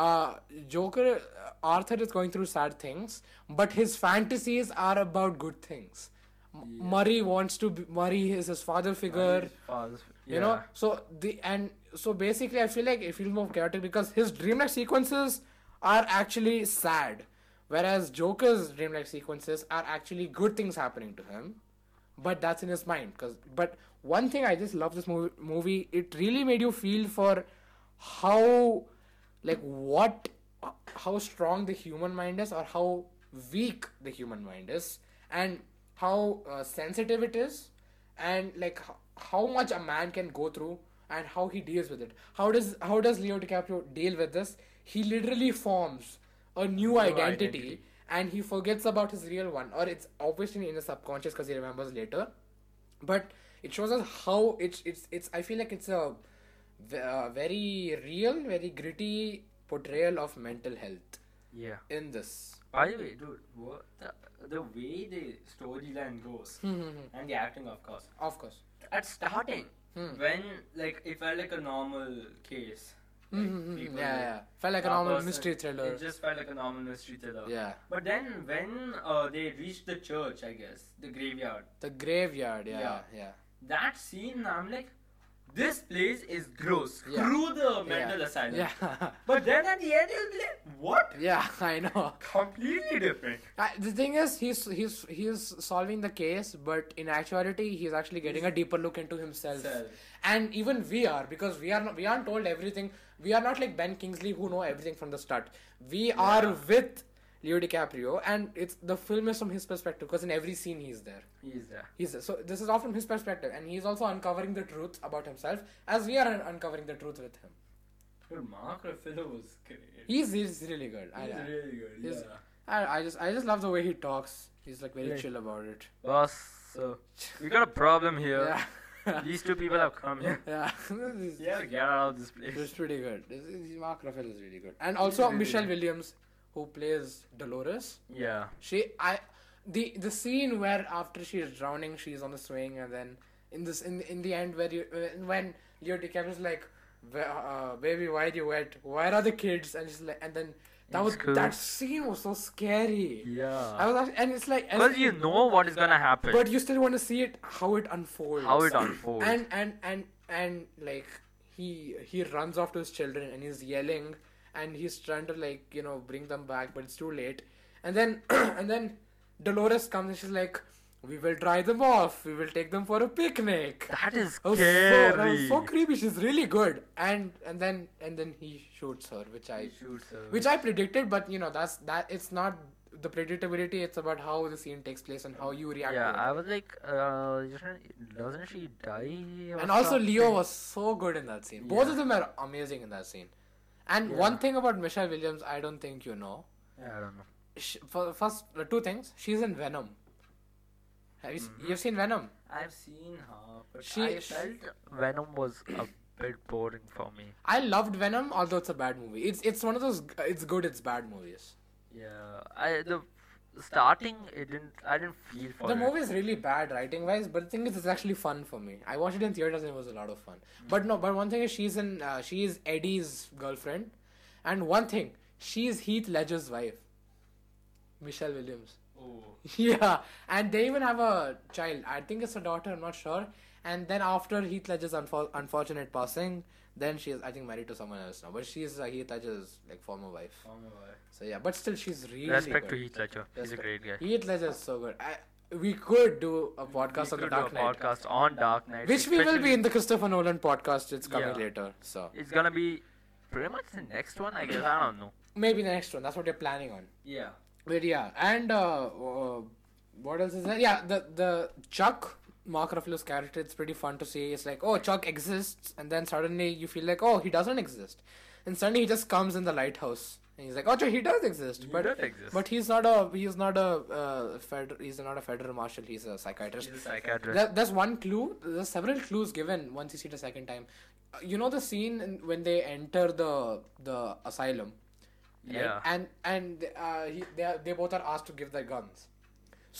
[SPEAKER 2] Uh, Joker uh, Arthur is going through sad things, but his fantasies are about good things. M- Murray wants to be, Murray is his father figure.
[SPEAKER 1] yeah.
[SPEAKER 2] you know so the and so basically i feel like it feels more chaotic because his dreamlike sequences are actually sad whereas joker's dreamlike sequences are actually good things happening to him but that's in his mind because but one thing i just love this movie, movie it really made you feel for how like what how strong the human mind is or how weak the human mind is and how uh, sensitive it is and like h- how much a man can go through and how he deals with it how does how does leo dicaprio deal with this he literally forms a new identity,
[SPEAKER 1] identity.
[SPEAKER 2] and he forgets about his real one or it's obviously in his subconscious because he remembers later but it shows us how it's it's it's i feel like it's a ve- uh, very real very gritty portrayal of mental health
[SPEAKER 1] Yeah.
[SPEAKER 2] in this
[SPEAKER 1] By the way, dude, what the, the way the storyline goes
[SPEAKER 2] Hmm.
[SPEAKER 1] and the acting, of course.
[SPEAKER 2] of course
[SPEAKER 1] At starting,
[SPEAKER 2] Hmm.
[SPEAKER 1] when like it felt like a normal case. Like, people
[SPEAKER 2] Hmm, Mm-hmm, yeah,
[SPEAKER 1] were-
[SPEAKER 2] yeah. felt like a normal
[SPEAKER 1] person-
[SPEAKER 2] mystery thriller
[SPEAKER 1] It just felt like a normal mystery thriller.
[SPEAKER 2] Yeah.
[SPEAKER 1] But then when uh, they reached the church, I guess the graveyard.
[SPEAKER 2] the graveyard yeah yeah
[SPEAKER 1] Yeah.
[SPEAKER 2] yeah,
[SPEAKER 1] That scene, I'm like, this place is gross. Screw the mental asylum.
[SPEAKER 2] yeah.
[SPEAKER 1] But then at the end, you'll be like, what?
[SPEAKER 2] yeah i know
[SPEAKER 1] Completely different.
[SPEAKER 2] I, the thing is he's he's he's solving the case but in actuality he's actually getting a deeper look into himself
[SPEAKER 1] Self.
[SPEAKER 2] and even we are because we are not, we aren't told everything we are not like ben kingsley who know everything from the start we are with leo dicaprio and it's the film is from his perspective because in every scene he's there
[SPEAKER 1] He's there.
[SPEAKER 2] he's uh, so this is all from his perspective and he's also uncovering the truth about himself as we are un- uncovering the truth with him
[SPEAKER 1] Dude, Mark Ruffalo was great.
[SPEAKER 2] he's, he's really good I,
[SPEAKER 1] He's
[SPEAKER 2] I-
[SPEAKER 1] really good.
[SPEAKER 2] he's-
[SPEAKER 1] yeah.
[SPEAKER 2] I, I just i just love the way he talks he's like very
[SPEAKER 1] Yeah.
[SPEAKER 2] chill about it
[SPEAKER 1] Boss, so we got a problem here.
[SPEAKER 2] yeah
[SPEAKER 1] These two people have come here.
[SPEAKER 2] Yeah, this is,
[SPEAKER 1] Yeah, get out of this
[SPEAKER 2] this
[SPEAKER 1] place.
[SPEAKER 2] is pretty good. This is, Mark Ruffalo is really good, and also
[SPEAKER 1] really
[SPEAKER 2] Michelle
[SPEAKER 1] good.
[SPEAKER 2] Williams, who plays Dolores.
[SPEAKER 1] Yeah.
[SPEAKER 2] She, I, the the scene where after she is drowning, she's on the swing, and then in this in in the end where you when- when Leo DiCaprio's like, "Ba- uh, "Baby, why are you wet? Where are the kids?" and she's like, and then that
[SPEAKER 1] In
[SPEAKER 2] was
[SPEAKER 1] school.
[SPEAKER 2] that scene was so scary. I
[SPEAKER 1] Yeah.
[SPEAKER 2] was actually, and it's like and-
[SPEAKER 1] Because you know what is gonna happen.
[SPEAKER 2] but you still want to see it how it unfolds
[SPEAKER 1] How it unfolds.
[SPEAKER 2] and and and and like he he runs off to his children and he's yelling and he's trying to like you know bring them back but it's too late and then and then dolores comes and she's like we will dry them off we will take them for a picnic
[SPEAKER 1] that is
[SPEAKER 2] That was so, that
[SPEAKER 1] scary.
[SPEAKER 2] was so creepy she's really good and and then and then he shoots her which i
[SPEAKER 1] He shoots her.
[SPEAKER 2] which I predicted, but you know that's that it's not the predictability. It's about how the scene takes place and how you react.
[SPEAKER 1] yeah,
[SPEAKER 2] to it.
[SPEAKER 1] I was like, uh, doesn't- doesn't she die? or
[SPEAKER 2] and also Leo
[SPEAKER 1] something?
[SPEAKER 2] was so good in that scene. Both of them are amazing in that scene. And one thing about Michelle Williams, I don't think you know.
[SPEAKER 1] Yeah, I don't know.
[SPEAKER 2] Sh for, first, uh, two things. She's in Venom. Have you s- you've seen Venom?
[SPEAKER 1] I've seen her, but
[SPEAKER 2] She-
[SPEAKER 1] I felt Venom was a bit boring for me.
[SPEAKER 2] I loved Venom, although it's a bad movie. It's it's one of those. g- It's good. It's bad movies.
[SPEAKER 1] Yeah, I the starting it didn't. I didn't feel for
[SPEAKER 2] The
[SPEAKER 1] it.
[SPEAKER 2] movie is really bad writing wise, but the thing is, it's actually fun for me. I watched it in theaters and it was a lot of fun. But no, but one thing is, she's in uh, she is Eddie's girlfriend, and one thing, she is Heath Ledger's wife, Michelle Williams.
[SPEAKER 1] Oh.
[SPEAKER 2] yeah, and they even have a child. I think it's a daughter. I'm not sure. And then after Heath Ledger's unfor- unfortunate passing, then she is I think married to someone else now. But she's uh, Heath Ledger's like former wife. So yeah, but still, she's really
[SPEAKER 1] Respect
[SPEAKER 2] good.
[SPEAKER 1] to Heath Ledger. He's a great guy.
[SPEAKER 2] Heath Ledger is so good. I, we could do a
[SPEAKER 1] We
[SPEAKER 2] podcast on the
[SPEAKER 1] could do
[SPEAKER 2] Dark
[SPEAKER 1] a
[SPEAKER 2] Knight,
[SPEAKER 1] podcast on Dark Knight,
[SPEAKER 2] which we will be
[SPEAKER 1] especially-
[SPEAKER 2] in the Christopher Nolan podcast. It's coming
[SPEAKER 1] Yeah.
[SPEAKER 2] later, so
[SPEAKER 1] It's gonna be pretty much the next one, I guess. I don't know.
[SPEAKER 2] maybe the next one. That's what we're planning on.
[SPEAKER 1] Yeah.
[SPEAKER 2] But yeah, and uh, uh, what else is there? Yeah, the the Chuck Mark Ruffalo's character. It's pretty fun to see. It's like, oh, Chuck exists, and then suddenly you feel like, oh, he doesn't exist, and suddenly he just comes in the lighthouse And he's like, oh, he does exist, but
[SPEAKER 1] does exist.
[SPEAKER 2] but he's not a he's not a uh, feder- he's not a federal marshal. He's a psychiatrist.
[SPEAKER 1] He's a psychiatrist.
[SPEAKER 2] There- there's one clue. There's several clues given once you see it a second time. Uh, You know the scene in- when they enter the the asylum. right?
[SPEAKER 1] Yeah.
[SPEAKER 2] And and uh, he, they are, they both are asked to give their guns.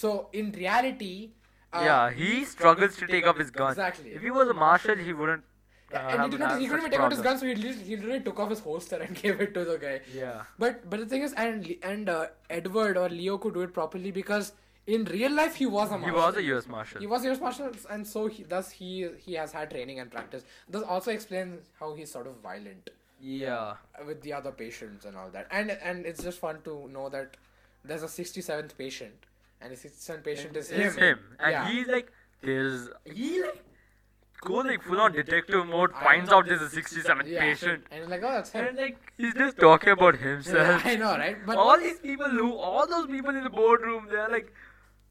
[SPEAKER 2] So in reality. Uh,
[SPEAKER 1] yeah, he struggles to take up his gun.
[SPEAKER 2] Exactly.
[SPEAKER 1] If he was a marshal, he wouldn't. Uh,
[SPEAKER 2] Yeah, and he
[SPEAKER 1] have-
[SPEAKER 2] did not.
[SPEAKER 1] have
[SPEAKER 2] He couldn't even
[SPEAKER 1] such
[SPEAKER 2] take out
[SPEAKER 1] problem.
[SPEAKER 2] his gun, so he literally, he literally took off his holster and gave it to the guy.
[SPEAKER 1] Yeah.
[SPEAKER 2] But but the thing is, and Le- and uh, Edward or Leo could do it properly because in real life he was a
[SPEAKER 1] He
[SPEAKER 2] marshal.
[SPEAKER 1] was a U.S. marshal.
[SPEAKER 2] He was a U.S. marshal, and so he, thus he he has had training and practice. This also explains how he's sort of violent
[SPEAKER 1] yeah.
[SPEAKER 2] with the other patients and all that. And and it's just fun to know that there's a 67th patient, and the 67th patient is him.
[SPEAKER 1] It's him, and
[SPEAKER 2] yeah.
[SPEAKER 1] he's like, there's
[SPEAKER 2] he like
[SPEAKER 1] go like full on detective mode, finds out there's a 67th
[SPEAKER 2] yeah.
[SPEAKER 1] patient,
[SPEAKER 2] and he's like, oh, that's him.
[SPEAKER 1] and like he's just talking about
[SPEAKER 2] Yeah,
[SPEAKER 1] himself.
[SPEAKER 2] I know, right? But
[SPEAKER 1] all these people who, all those people in the boardroom, they're like,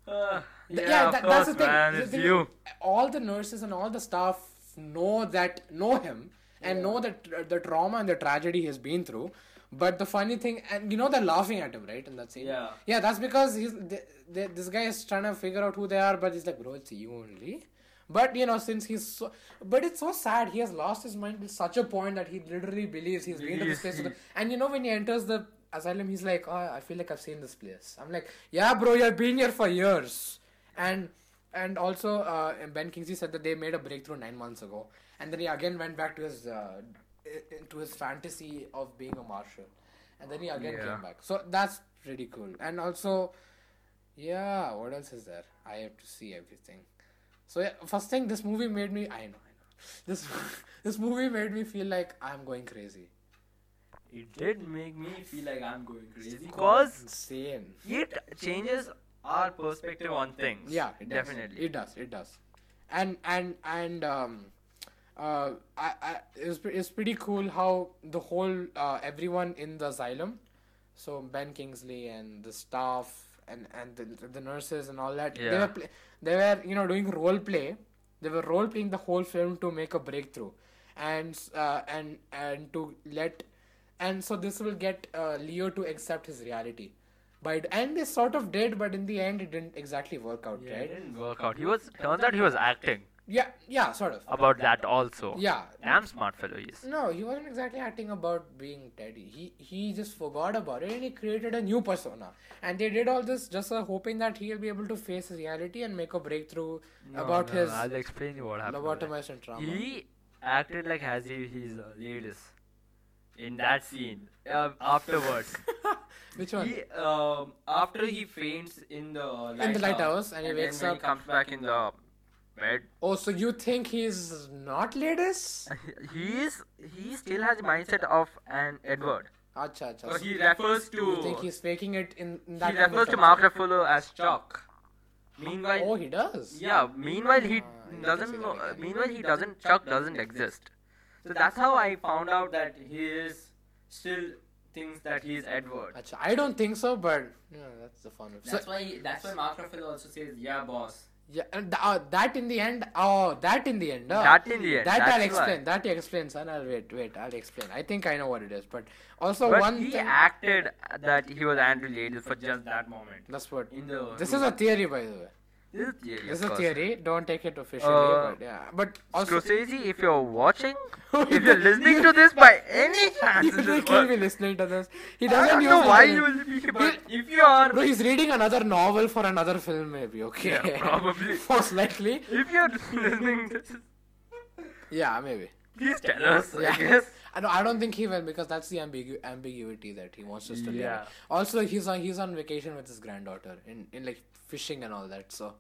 [SPEAKER 1] uh, yeah,
[SPEAKER 2] Th-
[SPEAKER 1] of
[SPEAKER 2] tha-
[SPEAKER 1] course,
[SPEAKER 2] that's the thing.
[SPEAKER 1] man,
[SPEAKER 2] The
[SPEAKER 1] it's
[SPEAKER 2] thing-
[SPEAKER 1] you.
[SPEAKER 2] All the nurses and all the staff know that know him and know that uh, the trauma and the tragedy he's been through. But the funny thing, and you know, they're laughing at him, right? In that scene.
[SPEAKER 1] Yeah.
[SPEAKER 2] Yeah, that's because he's th th this guy is trying to figure out who they are, but he's like, bro, it's you only. But you know, since he's so, but it's so sad. He has lost his mind to such a point that he literally believes he's been to
[SPEAKER 1] Believes
[SPEAKER 2] this place.
[SPEAKER 1] he-
[SPEAKER 2] with- And you know, when he enters the asylum, he's like, oh, I feel like I've seen this place. I'm like, yeah, bro, you've been here for years. And and also, uh, Ben Kingsley said that they made a breakthrough nine months ago, and then he again went back to his uh, i- i- to his fantasy of being a marshal, and then he again
[SPEAKER 1] Yeah.
[SPEAKER 2] came back. So that's pretty cool. And also, yeah, what else is there? I have to see everything. So yeah, first thing, this movie made me. I know, I know. This this movie made me feel like I'm going crazy.
[SPEAKER 1] It did make me feel like I'm going crazy because
[SPEAKER 2] Insane.
[SPEAKER 1] it changes our perspective on things.
[SPEAKER 2] Yeah, it does.
[SPEAKER 1] definitely.
[SPEAKER 2] It does. It does. And and and um, uh, I, I it's pre- it's pretty cool how the whole uh, everyone in the asylum, so Ben Kingsley and the staff and and the, the nurses and all that. They
[SPEAKER 1] Yeah.
[SPEAKER 2] were pla they were you know doing role play. They were role playing the whole film to make a breakthrough, and uh, and and to let, and so this will get uh, Leo to accept his reality. By d- and they sort of did, but in the end, it didn't exactly work out,
[SPEAKER 1] Yeah, it
[SPEAKER 2] right?
[SPEAKER 1] didn't work out. He was turns out he was acting
[SPEAKER 2] Yeah, yeah, sort of.
[SPEAKER 1] about that also.
[SPEAKER 2] Yeah.
[SPEAKER 1] Damn smart fellow he is.
[SPEAKER 2] No, he wasn't exactly acting about being Teddy. He he just forgot about it and he created a new persona. And they did all this just uh, hoping that he'll be able to face his reality and make a breakthrough about
[SPEAKER 1] No, no,
[SPEAKER 2] his
[SPEAKER 1] no, I'll explain you what happened. with
[SPEAKER 2] lobotomized and
[SPEAKER 1] that.
[SPEAKER 2] trauma.
[SPEAKER 1] He acted like as if he's a leaders in that scene. Um, afterwards,
[SPEAKER 2] Which one?
[SPEAKER 1] he um after he faints in the lighthouse,
[SPEAKER 2] in the lighthouse and he
[SPEAKER 1] and
[SPEAKER 2] wakes
[SPEAKER 1] then when
[SPEAKER 2] up.
[SPEAKER 1] he comes back in the bed.
[SPEAKER 2] Oh, so you think he's not ladies?
[SPEAKER 1] He is he still has the mindset of an Edward.
[SPEAKER 2] Acha, acha.
[SPEAKER 1] So
[SPEAKER 2] So
[SPEAKER 1] he refers
[SPEAKER 2] you think
[SPEAKER 1] to
[SPEAKER 2] he's faking it in, in that
[SPEAKER 1] he
[SPEAKER 2] kind of
[SPEAKER 1] refers to
[SPEAKER 2] sense?
[SPEAKER 1] Mark Ruffalo as Chalk. Meanwhile,
[SPEAKER 2] Oh, he does.
[SPEAKER 1] yeah. Meanwhile, he
[SPEAKER 2] Ah,
[SPEAKER 1] doesn't.
[SPEAKER 2] interesting.
[SPEAKER 1] know- uh, Meanwhile, he doesn't. Chuck doesn't exist. So that's how I found out that he is still thinks that he is Edward.
[SPEAKER 2] Acha, I don't think so, but yeah, that's the fun of so,
[SPEAKER 1] That's why. That's why Mark Ruffalo also says, "Yeah, boss."
[SPEAKER 2] Yeah, and th- uh, that in the end. Oh, that in the end. uh,
[SPEAKER 1] That in the end,
[SPEAKER 2] That
[SPEAKER 1] that's
[SPEAKER 2] I'll
[SPEAKER 1] why.
[SPEAKER 2] explain. That you explain, son. I'll wait. Wait, I'll explain. I think I know what it is, but also
[SPEAKER 1] But
[SPEAKER 2] one
[SPEAKER 1] he
[SPEAKER 2] thing.
[SPEAKER 1] acted that he was Andrew Ladle for just that moment.
[SPEAKER 2] that's what.
[SPEAKER 1] In the
[SPEAKER 2] This is a theory, by the way.
[SPEAKER 1] This is theory.
[SPEAKER 2] This
[SPEAKER 1] of
[SPEAKER 2] is a
[SPEAKER 1] course.
[SPEAKER 2] theory. Don't take it officially,
[SPEAKER 1] Uh,
[SPEAKER 2] but yeah. But also,
[SPEAKER 1] Scorsese, if you're watching, if you're listening to this by any chance, in
[SPEAKER 2] you think
[SPEAKER 1] this
[SPEAKER 2] he'll be
[SPEAKER 1] world,
[SPEAKER 2] listening to this. He
[SPEAKER 1] I
[SPEAKER 2] doesn't
[SPEAKER 1] don't
[SPEAKER 2] use
[SPEAKER 1] know why
[SPEAKER 2] internet.
[SPEAKER 1] you will be, but if you are
[SPEAKER 2] Bro, he's reading another novel for another film, maybe. Okay.
[SPEAKER 1] Yeah, probably.
[SPEAKER 2] Most likely.
[SPEAKER 1] If you're listening, to this,
[SPEAKER 2] Yeah, maybe.
[SPEAKER 1] please tell us. I
[SPEAKER 2] Yeah.
[SPEAKER 1] guess.
[SPEAKER 2] I, don't, I don't think he will because that's the ambigu- ambiguity that he wants us to live.
[SPEAKER 1] Yeah.
[SPEAKER 2] in. Also, he's on he's on vacation with his granddaughter in, in like fishing and all that. So,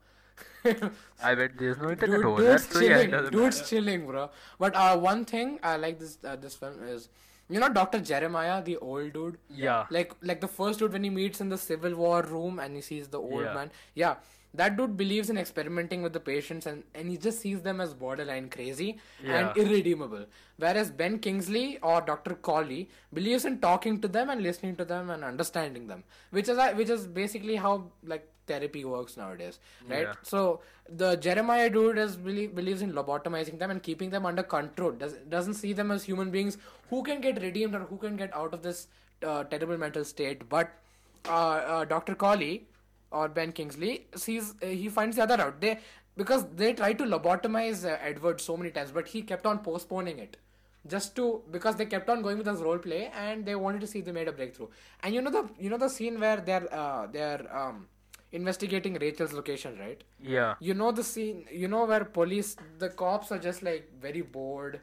[SPEAKER 2] dude,
[SPEAKER 1] I bet there's no internet over there.
[SPEAKER 2] dude's
[SPEAKER 1] So yeah, it
[SPEAKER 2] chilling.
[SPEAKER 1] doesn't
[SPEAKER 2] dude's
[SPEAKER 1] matter.
[SPEAKER 2] chilling, bro. But uh, one thing I like this uh, this film is, you know, Doctor Jeremiah, the old dude.
[SPEAKER 1] Yeah.
[SPEAKER 2] Like like the first dude when he meets in the Civil War room and he sees the old
[SPEAKER 1] Yeah.
[SPEAKER 2] man. Yeah. That dude believes in experimenting with the patients and, and he just sees them as borderline crazy
[SPEAKER 1] Yeah.
[SPEAKER 2] and irredeemable. Whereas Ben Kingsley or Dr. Colley believes in talking to them and listening to them and understanding them. Which is which is basically how like therapy works nowadays. Right?
[SPEAKER 1] Yeah.
[SPEAKER 2] So the Jeremiah dude is belie- believes in lobotomizing them and keeping them under control. Does doesn't see them as human beings who can get redeemed or who can get out of this uh, terrible mental state. But uh, uh, Dr. Colley or Ben Kingsley sees uh, he finds the other out. They because they tried to lobotomize uh, Edward so many times, but he kept on postponing it just to because they kept on going with this role play and they wanted to see if they made a breakthrough. And you know the you know the scene where they're uh, they're um, investigating Rachel's location, right?
[SPEAKER 1] Yeah.
[SPEAKER 2] You know the scene, you know where police, the cops are just like very bored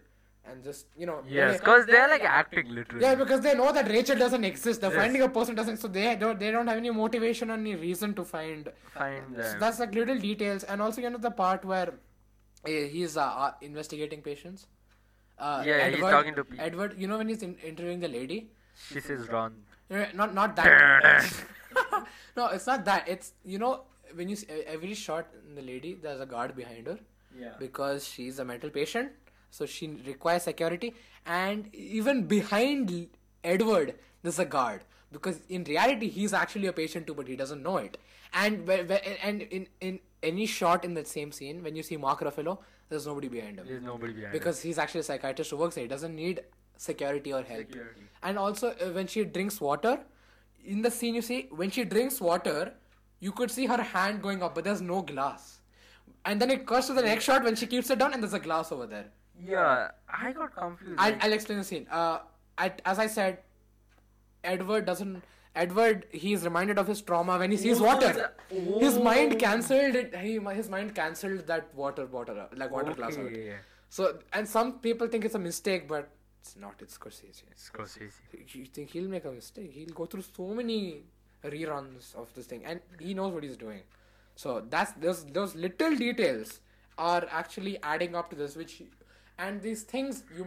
[SPEAKER 2] and just you know.
[SPEAKER 1] Yes,
[SPEAKER 2] they-
[SPEAKER 1] because they're like acting literally.
[SPEAKER 2] yeah, because they know that Rachel doesn't exist. They're
[SPEAKER 1] Yes.
[SPEAKER 2] finding a person doesn't, so they don't they don't have any motivation or any reason to find.
[SPEAKER 1] Find
[SPEAKER 2] So
[SPEAKER 1] them.
[SPEAKER 2] that's like little details, and also you know the part where eh, he's uh, uh, investigating patients. Uh,
[SPEAKER 1] Yeah, he's
[SPEAKER 2] Edward-
[SPEAKER 1] talking to pe-
[SPEAKER 2] Edward. You know when he's in- interviewing the lady.
[SPEAKER 1] She says run.
[SPEAKER 2] No, no, Eh, not not that. no, it's not that. It's you know when you see every shot in the lady, there's a guard behind her.
[SPEAKER 1] Yeah.
[SPEAKER 2] Because she's a mental patient, so she requires security, and even behind Edward, there's a guard. Because in reality, he's actually a patient too, but he doesn't know it. And where- where- and in in any shot in that same scene, when you see Mark Ruffalo, there's nobody behind him
[SPEAKER 1] There's nobody behind. her.
[SPEAKER 2] because he's actually a psychiatrist who works there. He doesn't need security or help.
[SPEAKER 1] Security.
[SPEAKER 2] And also, uh, when she drinks water, in the scene you see when she drinks water, you could see her hand going up, but there's no glass. And then it cuts to the next shot when she keeps it down, and there's a glass over there.
[SPEAKER 1] Yeah, I got confused.
[SPEAKER 2] I'll, I'll explain the scene. Uh, at, as I said, Edward doesn't. Edward, he's reminded of his trauma when he sees water. His mind cancelled it. He, his mind cancelled that water bottle, uh, like water glass. out.
[SPEAKER 1] Okay.
[SPEAKER 2] So, and some people think it's a mistake, but it's not. It's Scorsese.
[SPEAKER 1] Scorsese.
[SPEAKER 2] You think he'll make a mistake? He'll go through so many reruns of this thing, and he knows what he's doing. So that's those those little details are actually adding up to this, which, and these things you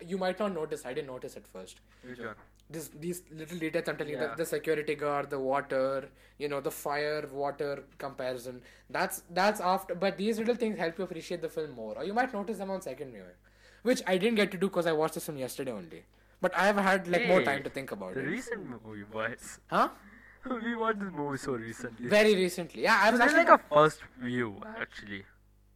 [SPEAKER 2] you might not notice. I didn't notice at first.
[SPEAKER 1] Which one?
[SPEAKER 2] This, these little details I'm telling you,
[SPEAKER 1] Yeah.
[SPEAKER 2] the, the security guard, the water, you know, the fire water comparison. That's that's after, but these little things help you appreciate the film more, or you might notice them on second viewing, which I didn't get to do because I watched this film yesterday only. But I have had like more
[SPEAKER 1] Hey,
[SPEAKER 2] time to think about
[SPEAKER 1] The
[SPEAKER 2] it.
[SPEAKER 1] recent movie, boys.
[SPEAKER 2] Huh?
[SPEAKER 1] we watched this movie so recently.
[SPEAKER 2] Very recently, yeah. I was
[SPEAKER 1] This is
[SPEAKER 2] actually
[SPEAKER 1] like a first view, actually.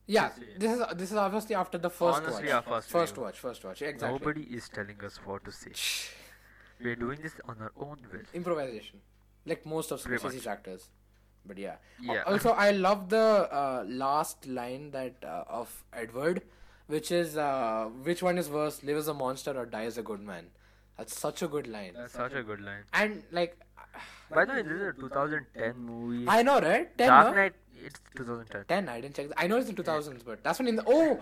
[SPEAKER 2] yeah. This is this is obviously after the first
[SPEAKER 1] Honestly,
[SPEAKER 2] watch.
[SPEAKER 1] our first view.
[SPEAKER 2] watch, first watch, exactly.
[SPEAKER 1] Nobody is telling us what to say. We're doing this on our own will.
[SPEAKER 2] improvisation, like most of
[SPEAKER 1] Pretty
[SPEAKER 2] Scorsese's actors. But yeah. Al-
[SPEAKER 1] Yeah.
[SPEAKER 2] Also, I love the uh, last line that uh, of Edward, which is uh, which one is worse, live as a monster or die as a good man. That's such a good line.
[SPEAKER 1] That's such a good line.
[SPEAKER 2] and like,
[SPEAKER 1] By the way, this is a 2010 movie.
[SPEAKER 2] I know, right? Ten.
[SPEAKER 1] Dark
[SPEAKER 2] no?
[SPEAKER 1] Knight, it's 2010.
[SPEAKER 2] Ten. I didn't check. I know it's in two thousands, but that's when in the oh,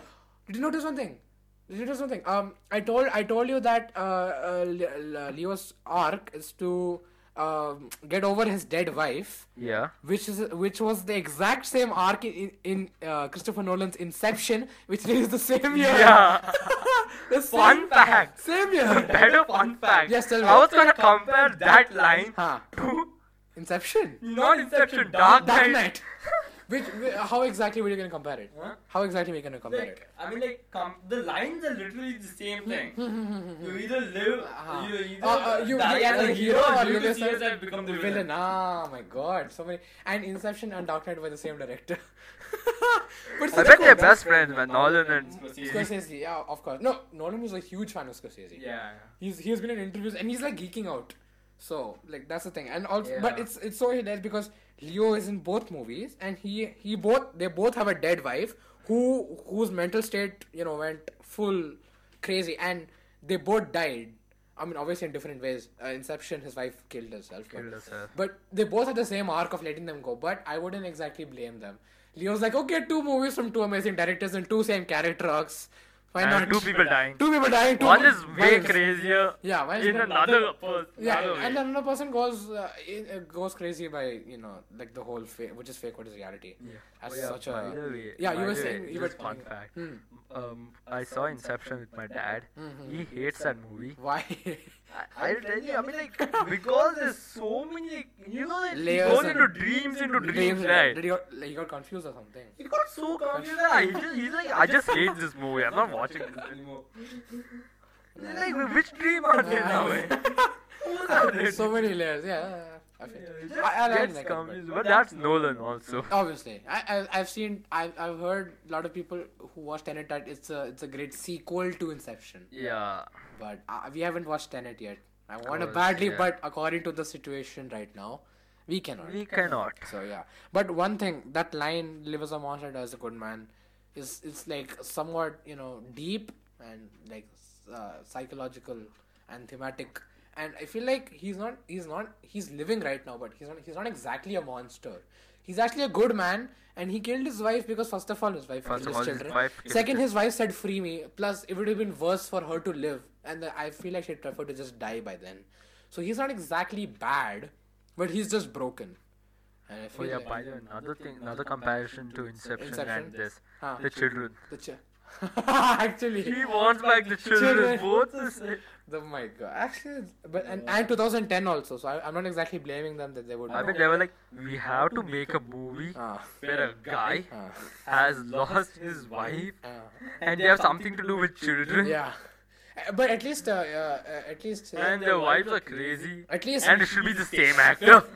[SPEAKER 2] did you notice one thing? Did you notice one thing? Um, I told I told you that uh, uh, Le- Le- Leo's arc is to um, get over his dead wife.
[SPEAKER 1] Yeah.
[SPEAKER 2] which is which was the exact same arc in, in uh, Christopher Nolan's Inception, which is the same year.
[SPEAKER 1] Yeah.
[SPEAKER 2] the same,
[SPEAKER 1] Fun fact.
[SPEAKER 2] Same year.
[SPEAKER 1] Better fun fact.
[SPEAKER 2] Yes, tell me.
[SPEAKER 1] I was gonna compare that line
[SPEAKER 2] huh.
[SPEAKER 1] to
[SPEAKER 2] Inception.
[SPEAKER 1] not Inception, Dark
[SPEAKER 2] Dark
[SPEAKER 1] Knight.
[SPEAKER 2] Knight. which, wh- how exactly were you gonna compare it? How exactly were you gonna compare it?
[SPEAKER 3] I mean, like, com- the lines are literally the same thing. you either live,
[SPEAKER 2] Uh-huh.
[SPEAKER 3] you either
[SPEAKER 2] Uh, uh, you-
[SPEAKER 3] die
[SPEAKER 2] you
[SPEAKER 3] as
[SPEAKER 2] either
[SPEAKER 3] a hero, or live as
[SPEAKER 2] a-
[SPEAKER 3] yourself and become the villain.
[SPEAKER 2] Villain. Ah, my God. So many. And Inception and Dark Knight were the same director. but
[SPEAKER 1] I
[SPEAKER 2] such a
[SPEAKER 1] bet
[SPEAKER 2] cool-
[SPEAKER 1] they're best friends, man. Nolan and
[SPEAKER 3] Scorsese.
[SPEAKER 2] Scorsese, yeah, of course. No, Nolan was a huge fan of Scorsese.
[SPEAKER 3] Yeah.
[SPEAKER 2] he's he's been in interviews and he's like geeking out so like that's the thing and also
[SPEAKER 3] Yeah.
[SPEAKER 2] but it's it's so hilarious because leo is in both movies and he he both they both have a dead wife who whose mental state you know went full crazy and they both died i mean obviously in different ways uh, inception his wife killed herself but-
[SPEAKER 1] Killed herself.
[SPEAKER 2] but they both have the same arc of letting them go but i wouldn't exactly blame them leo's like okay two movies from two amazing directors and two same character arcs why
[SPEAKER 1] And
[SPEAKER 2] not
[SPEAKER 1] two people dying.
[SPEAKER 2] two people dying two
[SPEAKER 1] One is way
[SPEAKER 2] violence.
[SPEAKER 1] crazier
[SPEAKER 2] Yeah, one is
[SPEAKER 1] in
[SPEAKER 2] more-
[SPEAKER 1] another person.
[SPEAKER 2] Yeah,
[SPEAKER 1] another way.
[SPEAKER 2] and another person goes uh, in, uh, goes crazy by you know like the whole fake, which is fake, what is reality. Yeah, that's such a
[SPEAKER 1] Oh, By the way,
[SPEAKER 2] yeah.
[SPEAKER 1] by
[SPEAKER 2] You were
[SPEAKER 1] the
[SPEAKER 2] saying hmm,
[SPEAKER 1] way,
[SPEAKER 2] you were
[SPEAKER 1] just fun fact. Um, I saw Inception with my dad. He hates that movie.
[SPEAKER 2] why
[SPEAKER 1] I, I tell Mm-hmm. you, I mean, like, because there's so many, like, you know, like, he
[SPEAKER 2] Layers
[SPEAKER 1] goes
[SPEAKER 2] and-
[SPEAKER 1] into dreams, into dreams,
[SPEAKER 2] Did
[SPEAKER 1] right?
[SPEAKER 2] you got, like, you got confused or something?
[SPEAKER 1] He got so confused that I just, he's like, I just hate this movie. I'm not watching this anymore. He's like, which dream are they now? eh? Who's are they?
[SPEAKER 2] so many layers. Yeah, I feel.
[SPEAKER 1] It
[SPEAKER 2] I, I like
[SPEAKER 1] just
[SPEAKER 2] that
[SPEAKER 1] gets
[SPEAKER 2] part, but-
[SPEAKER 1] confused. But that's Nolan also.
[SPEAKER 2] Obviously, I, I I've seen I've, I've heard a lot of people who watch Tenet that it's a it's a great sequel to Inception,
[SPEAKER 1] Yeah.
[SPEAKER 2] but uh, we haven't watched Tenet yet. I want it
[SPEAKER 1] Well,
[SPEAKER 2] badly,
[SPEAKER 1] yeah.
[SPEAKER 2] but according to the situation right now, we cannot.
[SPEAKER 1] We cannot.
[SPEAKER 2] So yeah, but one thing that line "Live as a monster, die as a good man" is it's like somewhat you know deep and like uh, psychological and thematic. And I feel like he's not he's not he's living right now, but he's not he's not exactly a monster. He's actually a good man, and he killed his wife because first of all his wife
[SPEAKER 1] First
[SPEAKER 2] killed
[SPEAKER 1] of
[SPEAKER 2] his
[SPEAKER 1] all, his
[SPEAKER 2] children.
[SPEAKER 1] wife killed
[SPEAKER 2] Second,
[SPEAKER 1] his-
[SPEAKER 2] his wife said free me. Plus, it would have been worse for her to live, and the, I feel like she preferred to just die by then. So he's not exactly bad, but he's just broken. And I
[SPEAKER 1] Oh
[SPEAKER 2] feel
[SPEAKER 1] yeah,
[SPEAKER 2] like-
[SPEAKER 1] by the way, another thing, another comparison to Inception,
[SPEAKER 2] Inception?
[SPEAKER 1] and this,
[SPEAKER 2] Huh.
[SPEAKER 1] the children.
[SPEAKER 2] The ch- actually,
[SPEAKER 1] He wants back the children.
[SPEAKER 2] children.
[SPEAKER 1] Both the same.
[SPEAKER 2] the my god, actually, but and, and 2010 also. So I, I'm not exactly blaming them that they would.
[SPEAKER 1] Oh. I mean, they were like, we have to make a movie
[SPEAKER 2] Ah,
[SPEAKER 1] Uh, where a guy
[SPEAKER 2] ah,
[SPEAKER 1] has lost his wife,
[SPEAKER 2] ah.
[SPEAKER 1] and they have something to do with children,
[SPEAKER 2] yeah, Uh, but at least, uh, uh, uh, at least, uh,
[SPEAKER 1] and their wives are crazy,
[SPEAKER 2] at least,
[SPEAKER 1] and it should be the same actor.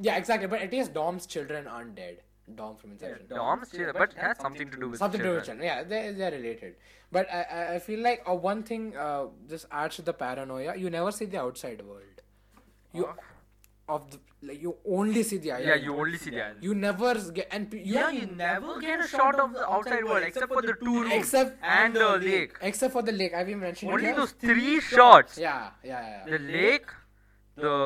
[SPEAKER 2] yeah, exactly. But at least Dom's children aren't dead. Dom from Inception.
[SPEAKER 1] Dom's children, but it has something to do with
[SPEAKER 2] something to do with
[SPEAKER 1] children.
[SPEAKER 2] children. Yeah, they they're related. But I I- I feel like uh, one thing uh, just adds to the paranoia. You never see the outside world. You of the like you only see the island.
[SPEAKER 1] Yeah, you only see that.
[SPEAKER 2] you never s- get and p- you,
[SPEAKER 3] Yeah,
[SPEAKER 2] don't-
[SPEAKER 3] you never
[SPEAKER 1] get a shot of the outside world except for the two rooms
[SPEAKER 2] Except-
[SPEAKER 1] and the lake.
[SPEAKER 2] except for the lake. Have you mentioned it
[SPEAKER 1] Only
[SPEAKER 2] here?
[SPEAKER 1] those three shots.
[SPEAKER 2] Yeah, yeah, yeah, yeah.
[SPEAKER 1] The lake, the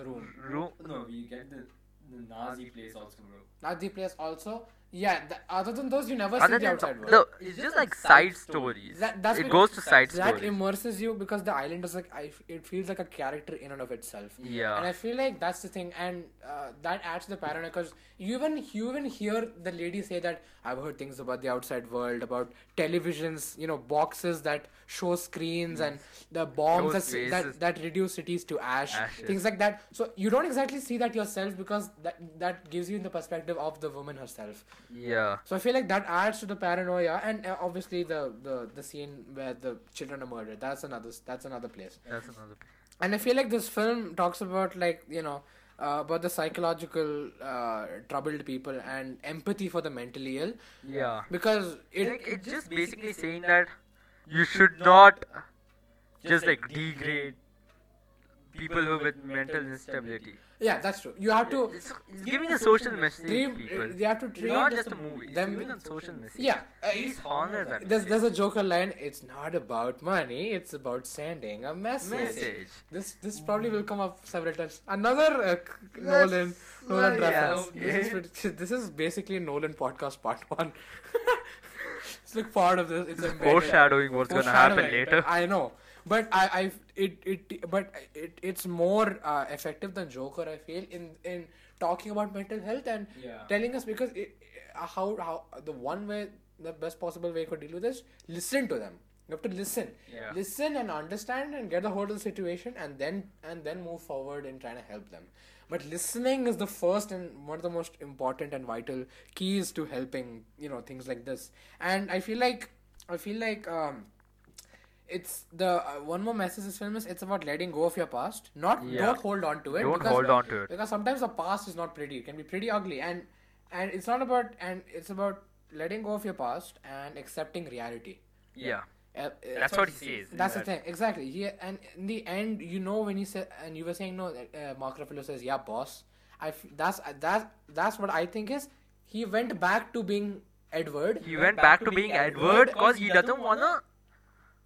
[SPEAKER 2] The room.
[SPEAKER 1] room.
[SPEAKER 3] No, you get the, the Nazi place also, bro.
[SPEAKER 2] Not the place also. Yeah. The, other than those, you never
[SPEAKER 1] Other
[SPEAKER 2] see the
[SPEAKER 1] than
[SPEAKER 2] outside world.
[SPEAKER 1] no, it's just like side stories.
[SPEAKER 2] That- that's
[SPEAKER 1] It
[SPEAKER 2] because-
[SPEAKER 1] goes to side
[SPEAKER 2] that
[SPEAKER 1] stories.
[SPEAKER 2] immerses you because the island is like I, it feels like a character in and of itself
[SPEAKER 1] Yeah.
[SPEAKER 2] and i feel like that's the thing and uh, that adds to the paranoia because you even you even hear the lady say that i've heard things about the outside world about televisions you know boxes that show screens and the bombs
[SPEAKER 1] Those
[SPEAKER 2] that, that
[SPEAKER 1] faces.
[SPEAKER 2] that reduce cities to ash
[SPEAKER 1] Ashes.
[SPEAKER 2] things like that so you don't exactly see that yourself because that that gives you the perspective of the woman herself
[SPEAKER 1] Yeah.
[SPEAKER 2] so I feel like that adds to the paranoia, and uh, obviously the, the the scene where the children are murdered. That's another that's another place.
[SPEAKER 1] That's another.
[SPEAKER 2] And I feel like this film talks about like you know uh, about the psychological uh, troubled people and empathy for the mentally ill
[SPEAKER 1] Yeah.
[SPEAKER 2] because it
[SPEAKER 1] Like it's just basically saying that you should not just like degrade people who with mental instability.
[SPEAKER 2] yeah that's true. You have to
[SPEAKER 1] It's, it's giving a social message to
[SPEAKER 2] treat, uh,
[SPEAKER 1] people.
[SPEAKER 2] you have to
[SPEAKER 1] It's
[SPEAKER 2] treat
[SPEAKER 1] not just a movie. It's
[SPEAKER 2] them-
[SPEAKER 1] giving a social message.
[SPEAKER 2] yeah. uh,
[SPEAKER 1] Please honor that
[SPEAKER 2] there's there's a Joker line. It's not about money. It's about sending a
[SPEAKER 1] message.
[SPEAKER 2] This this probably will come up several times. Another uh, c- Nolan Nolan
[SPEAKER 1] yeah,
[SPEAKER 2] reference.
[SPEAKER 1] okay.
[SPEAKER 2] This, is, pretty- this is basically Nolan podcast part one. it's like part of this. It's embedded.
[SPEAKER 1] Foreshadowing what's gonna happen
[SPEAKER 2] Foreshadowing.
[SPEAKER 1] later.
[SPEAKER 2] I know, but I I it it but it it's more uh, effective than Joker. I feel in in talking about mental health and
[SPEAKER 3] Yeah.
[SPEAKER 2] telling us because it, uh, how how the one way the best possible way could deal with this listen to them. You have to listen,
[SPEAKER 1] Yeah.
[SPEAKER 2] listen and understand and get a hold of the situation and then and then move forward in trying to help them. But listening is the first and one of the most important and vital keys to helping you know things like this. And I feel like I feel like um, it's the uh, one more message this film is it's about letting go of your past not
[SPEAKER 1] Yeah.
[SPEAKER 2] don't hold on to it
[SPEAKER 1] Don't
[SPEAKER 2] because,
[SPEAKER 1] hold on to it.
[SPEAKER 2] because sometimes the past is not pretty it can be pretty ugly and and it's not about and it's about letting go of your past and accepting reality
[SPEAKER 1] Yeah.
[SPEAKER 2] Uh, uh,
[SPEAKER 1] That's what he says. in
[SPEAKER 2] that's the
[SPEAKER 1] that.
[SPEAKER 2] thing exactly he and in the end you know when he said and you were saying no uh, uh, mark ruffalo says yeah boss i f- that's uh, that that's what i think is he went back to being edward
[SPEAKER 1] He went back to being Edward because he doesn't wanna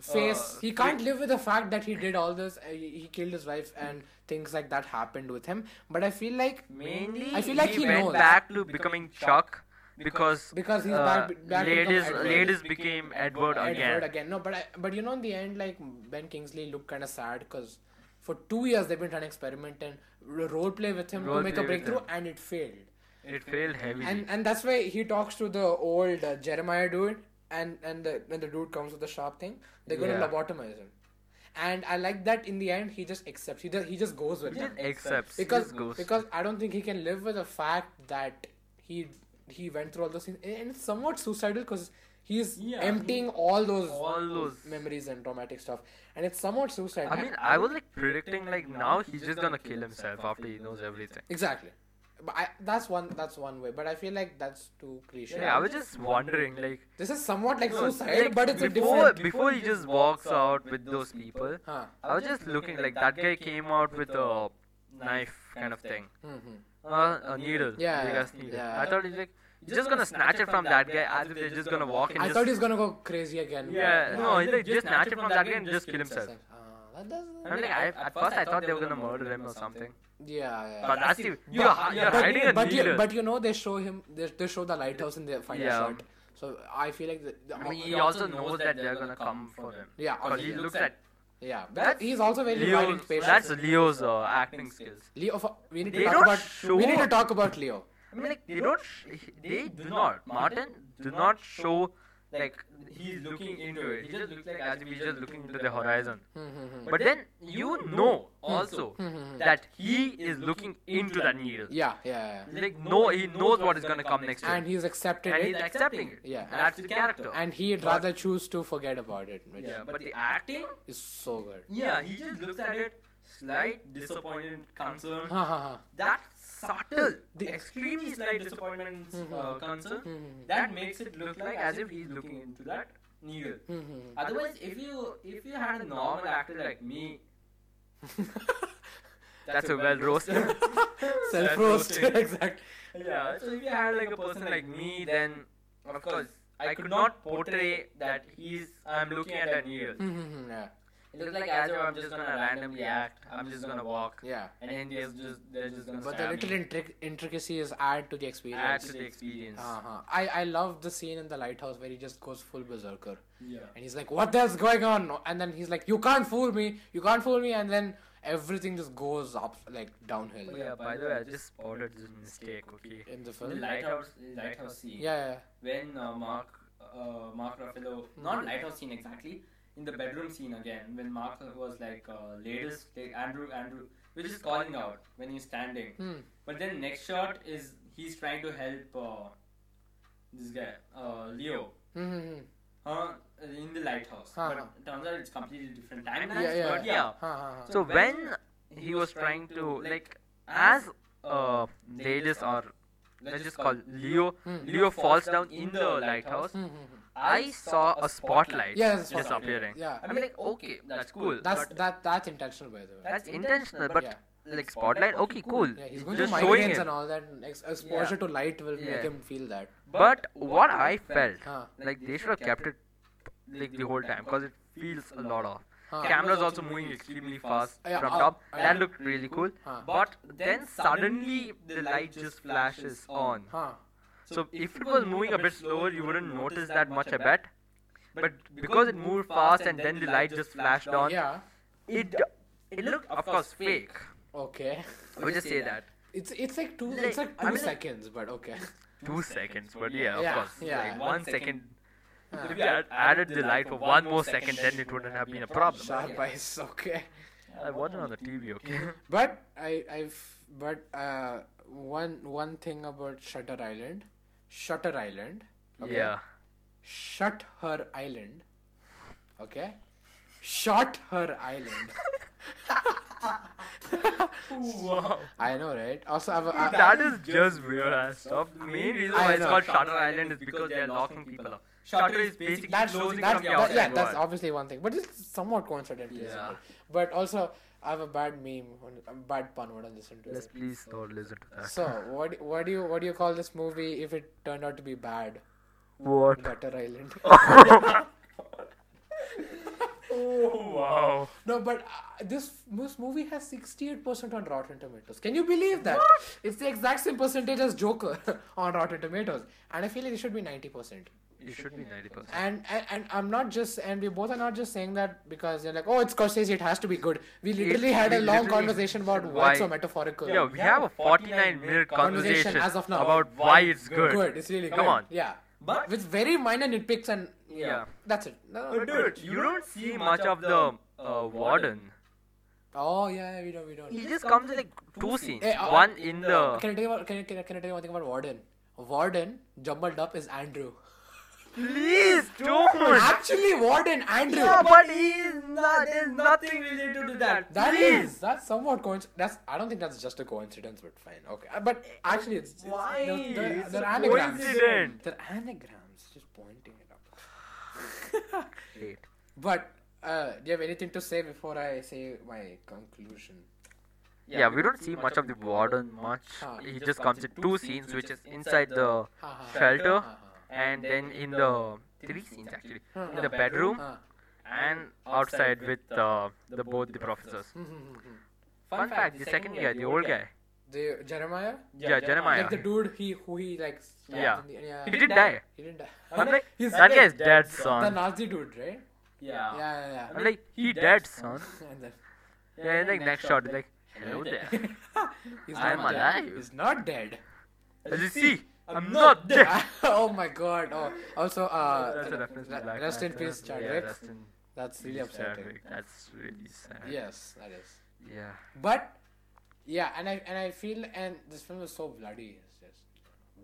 [SPEAKER 1] Uh,
[SPEAKER 2] face he can't live with the fact that he did all this uh, he he killed his wife and things like that happened with him but i feel like
[SPEAKER 1] Mainly,
[SPEAKER 2] I feel like
[SPEAKER 1] he,
[SPEAKER 2] he
[SPEAKER 1] went
[SPEAKER 2] knows.
[SPEAKER 1] back to becoming Chuck because
[SPEAKER 2] Because he's
[SPEAKER 1] uh,
[SPEAKER 2] back- back to become
[SPEAKER 1] ladies
[SPEAKER 2] Edward.
[SPEAKER 1] ladies became Edward
[SPEAKER 2] Edward
[SPEAKER 1] again.
[SPEAKER 2] again no but I, but you know in the end like ben kingsley looked kind of sad because for two years they've been trying to experiment and r- role play with him
[SPEAKER 1] Role
[SPEAKER 2] to make
[SPEAKER 1] play
[SPEAKER 2] a
[SPEAKER 1] with
[SPEAKER 2] breakthrough
[SPEAKER 1] him.
[SPEAKER 2] and it failed
[SPEAKER 1] It failed heavily.
[SPEAKER 2] and and that's why he talks to the old uh, Jeremiah dude, and and the when the dude comes with the sharp thing, they're gonna
[SPEAKER 1] Yeah.
[SPEAKER 2] lobotomize him. And I like that in the end he just accepts. He just, he just goes with
[SPEAKER 1] He
[SPEAKER 2] it
[SPEAKER 1] just accepts.
[SPEAKER 2] because
[SPEAKER 1] He just goes.
[SPEAKER 2] because I don't think he can live with the fact that he he went through all those things, and it's somewhat suicidal because he's
[SPEAKER 3] Yeah,
[SPEAKER 2] emptying all those
[SPEAKER 1] all those.
[SPEAKER 2] memories and traumatic stuff, and it's somewhat suicidal.
[SPEAKER 1] I mean, I was like predicting like now he's just gonna kill himself after he knows everything.
[SPEAKER 2] exactly. But I, that's one that's one way. But I feel like that's too cliche.
[SPEAKER 1] Yeah, I was just wondering, like,
[SPEAKER 2] This is somewhat like
[SPEAKER 3] No,
[SPEAKER 2] suicide,
[SPEAKER 1] like,
[SPEAKER 2] but it's a
[SPEAKER 1] before
[SPEAKER 2] different.
[SPEAKER 1] before he just walks out with those people.
[SPEAKER 2] Huh.
[SPEAKER 1] I was just looking like that guy came out with a knife kind of thing,
[SPEAKER 2] hmm
[SPEAKER 1] uh, a needle,
[SPEAKER 2] Yeah,
[SPEAKER 1] big
[SPEAKER 2] yeah,
[SPEAKER 1] ass needle.
[SPEAKER 2] yeah.
[SPEAKER 1] I thought he's like just gonna snatch it from that guy as if they're just gonna walk and
[SPEAKER 2] I
[SPEAKER 1] just
[SPEAKER 2] thought he's gonna go crazy again.
[SPEAKER 1] yeah,
[SPEAKER 3] Yeah,
[SPEAKER 1] no,
[SPEAKER 3] no,
[SPEAKER 1] he's
[SPEAKER 3] they
[SPEAKER 1] like just snatch it from that guy and just kill himself.
[SPEAKER 2] Like, ah, that doesn't.
[SPEAKER 1] I'm like, I, at first I thought they were gonna murder him or something,
[SPEAKER 2] Yeah, yeah.
[SPEAKER 1] but that's the you're, hi- you're
[SPEAKER 2] but,
[SPEAKER 1] hiding a
[SPEAKER 2] but, you,
[SPEAKER 1] needle.
[SPEAKER 2] but you know they show him they, they show the lighthouse in the final
[SPEAKER 1] Yeah.
[SPEAKER 2] shot so i feel like the, the,
[SPEAKER 1] I mean, he also knows that they're gonna come for him.
[SPEAKER 2] yeah
[SPEAKER 1] Because
[SPEAKER 2] okay,
[SPEAKER 1] he looks at
[SPEAKER 2] yeah but
[SPEAKER 1] that's
[SPEAKER 2] he's also very
[SPEAKER 1] Leo's,
[SPEAKER 2] violent patient
[SPEAKER 1] that's Leo's uh, acting skills.
[SPEAKER 2] leo for, we need to
[SPEAKER 1] They
[SPEAKER 2] talk
[SPEAKER 1] don't
[SPEAKER 2] about
[SPEAKER 1] show-
[SPEAKER 2] we need to talk about leo
[SPEAKER 1] I mean, like they don't, sh- they do not. Martin do not show like he's looking into it. He just looks like as if he's just looking into the horizon. But then you know also that he is looking into that needle.
[SPEAKER 2] yeah yeah, yeah.
[SPEAKER 1] Like no, he knows what is gonna come next to
[SPEAKER 2] and
[SPEAKER 1] him,
[SPEAKER 2] he's accepted
[SPEAKER 1] and
[SPEAKER 2] it
[SPEAKER 1] he's accepting it.
[SPEAKER 2] Yeah.
[SPEAKER 1] and that's the character.
[SPEAKER 2] and he'd rather choose to forget about it which
[SPEAKER 1] Yeah, but the acting,
[SPEAKER 2] is so good
[SPEAKER 1] yeah, he just looks at it, slight disappointed, concern.
[SPEAKER 2] Ha, ha, ha.
[SPEAKER 1] That subtle,
[SPEAKER 2] The-
[SPEAKER 1] extremely slight disappointment, uh, concern. that makes it look like as if he's looking into that needle. Otherwise, if you if you had a normal actor like me, that's, a well roasted.
[SPEAKER 2] self-roast
[SPEAKER 1] Self-roasting.
[SPEAKER 2] exact
[SPEAKER 1] yeah. So if you had like a person like me, then of course I could not portray that he's I'm looking at a needle.
[SPEAKER 2] Mhm, yeah
[SPEAKER 1] It looks like as if I'm just gonna randomly act. I'm just gonna walk,
[SPEAKER 2] yeah
[SPEAKER 1] and then there's just they're just gonna.
[SPEAKER 2] but the
[SPEAKER 1] stab
[SPEAKER 2] little
[SPEAKER 1] me.
[SPEAKER 2] intric- intricacy is add to the experience
[SPEAKER 1] add to the experience.
[SPEAKER 2] Uh-huh. I, I love the scene in the lighthouse where he just goes full berserker.
[SPEAKER 3] Yeah.
[SPEAKER 2] And he's like, What the hell's going on? And then he's like, You can't fool me. You can't fool me. And then everything just goes up, like downhill
[SPEAKER 1] Oh yeah. By the way, I just spotted this mistake. Okay.
[SPEAKER 2] in the
[SPEAKER 1] The
[SPEAKER 2] film.
[SPEAKER 1] lighthouse, lighthouse scene.
[SPEAKER 2] Yeah, yeah.
[SPEAKER 1] when uh, Mark uh, Mark Ruffalo, not lighthouse scene exactly, in the bedroom scene again, when Mark was like uh, latest like Andrew Andrew, which is calling out when he's standing.
[SPEAKER 2] Hmm.
[SPEAKER 1] But then next shot is he's trying to help uh, this guy uh, Leo,
[SPEAKER 2] Mm-hmm.
[SPEAKER 1] huh? In the lighthouse,
[SPEAKER 2] Uh-huh.
[SPEAKER 1] but turns out it's completely different timelines.
[SPEAKER 2] Yeah, yeah.
[SPEAKER 1] But yeah.
[SPEAKER 2] Ha, ha, ha.
[SPEAKER 1] So when he was trying to like as uh, latest or let's just call Leo
[SPEAKER 2] Hmm.
[SPEAKER 1] Leo falls down in the lighthouse.
[SPEAKER 2] Hmm, hmm, hmm.
[SPEAKER 1] I saw a spotlight
[SPEAKER 2] Yeah, there's a
[SPEAKER 1] just
[SPEAKER 2] spotlight.
[SPEAKER 1] appearing.
[SPEAKER 2] Yeah.
[SPEAKER 1] I'm like, okay, that's cool.
[SPEAKER 2] That's
[SPEAKER 1] but
[SPEAKER 2] that that's intentional by the way.
[SPEAKER 1] that's intentional, but
[SPEAKER 2] yeah.
[SPEAKER 1] like spotlight, okay, cool.
[SPEAKER 2] Yeah, he's going
[SPEAKER 1] just
[SPEAKER 2] to
[SPEAKER 1] showing
[SPEAKER 2] migraines
[SPEAKER 1] it.
[SPEAKER 2] and all that. and Ex- exposure to light will
[SPEAKER 1] Yeah.
[SPEAKER 2] make him feel that.
[SPEAKER 1] But what I felt,
[SPEAKER 2] Huh.
[SPEAKER 1] like they should have kept it like the whole time because it feels a lot off.
[SPEAKER 2] Huh.
[SPEAKER 1] Camera's also moving extremely fast
[SPEAKER 2] Yeah,
[SPEAKER 1] from
[SPEAKER 2] uh,
[SPEAKER 1] top.
[SPEAKER 2] uh,
[SPEAKER 1] That looked really cool.
[SPEAKER 2] Huh.
[SPEAKER 1] But then suddenly the light just flashes on.
[SPEAKER 2] Huh.
[SPEAKER 1] So if it was moving a bit slower, you wouldn't notice that much, I bet. But because it moved fast and then the light just flashed on,
[SPEAKER 2] Yeah.
[SPEAKER 1] it it looked of course fake.
[SPEAKER 2] Okay.
[SPEAKER 1] We'll just say that.
[SPEAKER 2] It's it's like two
[SPEAKER 1] Like,
[SPEAKER 2] it's like
[SPEAKER 1] I
[SPEAKER 2] two
[SPEAKER 1] mean, like-
[SPEAKER 2] seconds, but okay.
[SPEAKER 1] two seconds, but yeah,
[SPEAKER 2] Yeah,
[SPEAKER 1] of course.
[SPEAKER 2] yeah.
[SPEAKER 1] Like
[SPEAKER 3] One
[SPEAKER 1] one second.
[SPEAKER 2] Ah.
[SPEAKER 1] If you had added the light for one more second, then it wouldn't have been a problem.
[SPEAKER 2] Sharp eyes, okay.
[SPEAKER 1] I wasn't on the TV, okay?
[SPEAKER 2] But I, I've, but uh, one one thing about Shutter Island, Shutter Island,
[SPEAKER 1] Yeah.
[SPEAKER 2] Shut Her Island, okay, Shot Her Island.
[SPEAKER 1] Wow.
[SPEAKER 2] I know, right? Also, I've, uh, I,
[SPEAKER 1] That is just weird ass stuff. The main reason
[SPEAKER 2] I
[SPEAKER 1] why it's
[SPEAKER 2] know.
[SPEAKER 1] called Shutter Island is because they're locking people up. Shutter is basically
[SPEAKER 2] that's
[SPEAKER 1] closing
[SPEAKER 2] that's
[SPEAKER 1] from the
[SPEAKER 2] that,
[SPEAKER 1] outside
[SPEAKER 2] yeah, that's
[SPEAKER 1] world.
[SPEAKER 2] obviously one thing, but it's somewhat coincidental. isn't
[SPEAKER 1] Yeah.
[SPEAKER 2] it? But also, I have a bad meme, on- a bad pun when I listen to
[SPEAKER 1] Yes,
[SPEAKER 2] it.
[SPEAKER 1] please don't listen to that.
[SPEAKER 2] So, what what do you what do you call this movie if it turned out to be bad?
[SPEAKER 1] What?
[SPEAKER 2] Gutter Island.
[SPEAKER 1] Oh, wow.
[SPEAKER 2] No, but uh, this this movie has sixty eight percent on Rotten Tomatoes. Can you believe that? It's the exact same percentage as Joker on Rotten Tomatoes, and I feel like it should be ninety percent.
[SPEAKER 1] It should be 90%.
[SPEAKER 2] And, and and I'm not just and we both are not just saying that because they're like, oh, it's Scorsese, it has to be good. We literally had
[SPEAKER 1] we
[SPEAKER 2] a long
[SPEAKER 1] literally-
[SPEAKER 2] conversation about why,
[SPEAKER 1] why-
[SPEAKER 2] it's so metaphorical.
[SPEAKER 1] Yeah, we have a 49 minute
[SPEAKER 2] Conversation
[SPEAKER 1] conversation
[SPEAKER 2] as of now.
[SPEAKER 1] about why it's good.
[SPEAKER 2] good. It's really
[SPEAKER 1] Come
[SPEAKER 2] good.
[SPEAKER 1] on.
[SPEAKER 2] Yeah,
[SPEAKER 3] But
[SPEAKER 2] with very minor nitpicks and yeah,
[SPEAKER 1] Yeah.
[SPEAKER 2] that's it. No, no,
[SPEAKER 1] But
[SPEAKER 2] no.
[SPEAKER 1] dude, you don't see much of the uh, warden.
[SPEAKER 2] Oh yeah, yeah, we don't, we don't.
[SPEAKER 1] He just comes in like two scenes.
[SPEAKER 2] Eh, uh,
[SPEAKER 1] One in the
[SPEAKER 2] Can I tell you about, can, I, can, I, can I tell you one thing about Warden? Warden jumbled up is Andrew.
[SPEAKER 1] Please don't.
[SPEAKER 2] Actually, Warden Andrew.
[SPEAKER 1] Oh Yeah,
[SPEAKER 2] That
[SPEAKER 1] but he's not. There's
[SPEAKER 3] There's
[SPEAKER 1] nothing.
[SPEAKER 3] nothing related to that.
[SPEAKER 2] is
[SPEAKER 1] please.
[SPEAKER 2] that's somewhat coinc. That's I don't think that's just a coincidence, but fine. Okay, Uh, but actually, it's, it's
[SPEAKER 3] Why?
[SPEAKER 2] They're, they're,
[SPEAKER 3] It's
[SPEAKER 2] they're
[SPEAKER 3] a
[SPEAKER 2] anagrams.
[SPEAKER 1] coincidence.
[SPEAKER 2] They're anagrams. Just pointing it up.
[SPEAKER 1] Great.
[SPEAKER 2] But uh, do you have anything to say before I say my conclusion?
[SPEAKER 1] Yeah, we don't see much of the warden much.
[SPEAKER 2] Ah.
[SPEAKER 1] He just comes in two scenes, which is inside the
[SPEAKER 2] Ha, ha,
[SPEAKER 1] shelter,
[SPEAKER 2] ha, ha.
[SPEAKER 1] and then in the three scenes actually, in the bedroom
[SPEAKER 2] Ah.
[SPEAKER 1] and outside with uh, the both the professors.
[SPEAKER 2] Hmm,
[SPEAKER 1] Fun fact: the second guy, the old guy,
[SPEAKER 2] The Jeremiah,
[SPEAKER 1] Yeah, Jeremiah.
[SPEAKER 2] like the dude he who he like stabbed
[SPEAKER 1] Yeah.
[SPEAKER 2] in the, yeah.
[SPEAKER 1] he did die.
[SPEAKER 2] He didn't die.
[SPEAKER 1] I'm like,
[SPEAKER 2] He's-
[SPEAKER 1] that guy is
[SPEAKER 3] dead,
[SPEAKER 1] dead,
[SPEAKER 3] son.
[SPEAKER 2] The
[SPEAKER 1] son.
[SPEAKER 2] Nazi dude, right?
[SPEAKER 3] Yeah.
[SPEAKER 2] Yeah, yeah,
[SPEAKER 1] I'm like, he dead, son.
[SPEAKER 2] yeah. And then
[SPEAKER 1] Yeah, like next shot, like, hello there.
[SPEAKER 2] he's
[SPEAKER 1] I'm
[SPEAKER 2] not dead.
[SPEAKER 1] alive.
[SPEAKER 2] He's not dead.
[SPEAKER 1] As you see, I'm not dead.
[SPEAKER 2] oh my god. Oh, also, uh,
[SPEAKER 1] That's a reference to
[SPEAKER 2] re-
[SPEAKER 1] Black
[SPEAKER 2] rest in
[SPEAKER 1] Panther.
[SPEAKER 2] peace,
[SPEAKER 1] Yeah,
[SPEAKER 2] Chadwick.
[SPEAKER 1] rest in
[SPEAKER 2] That's really
[SPEAKER 1] peace,
[SPEAKER 2] upsetting.
[SPEAKER 1] Chadwick. That's really sad.
[SPEAKER 2] Yes, that is.
[SPEAKER 1] Yeah.
[SPEAKER 2] But yeah, and I and I feel and this film is so bloody. It's just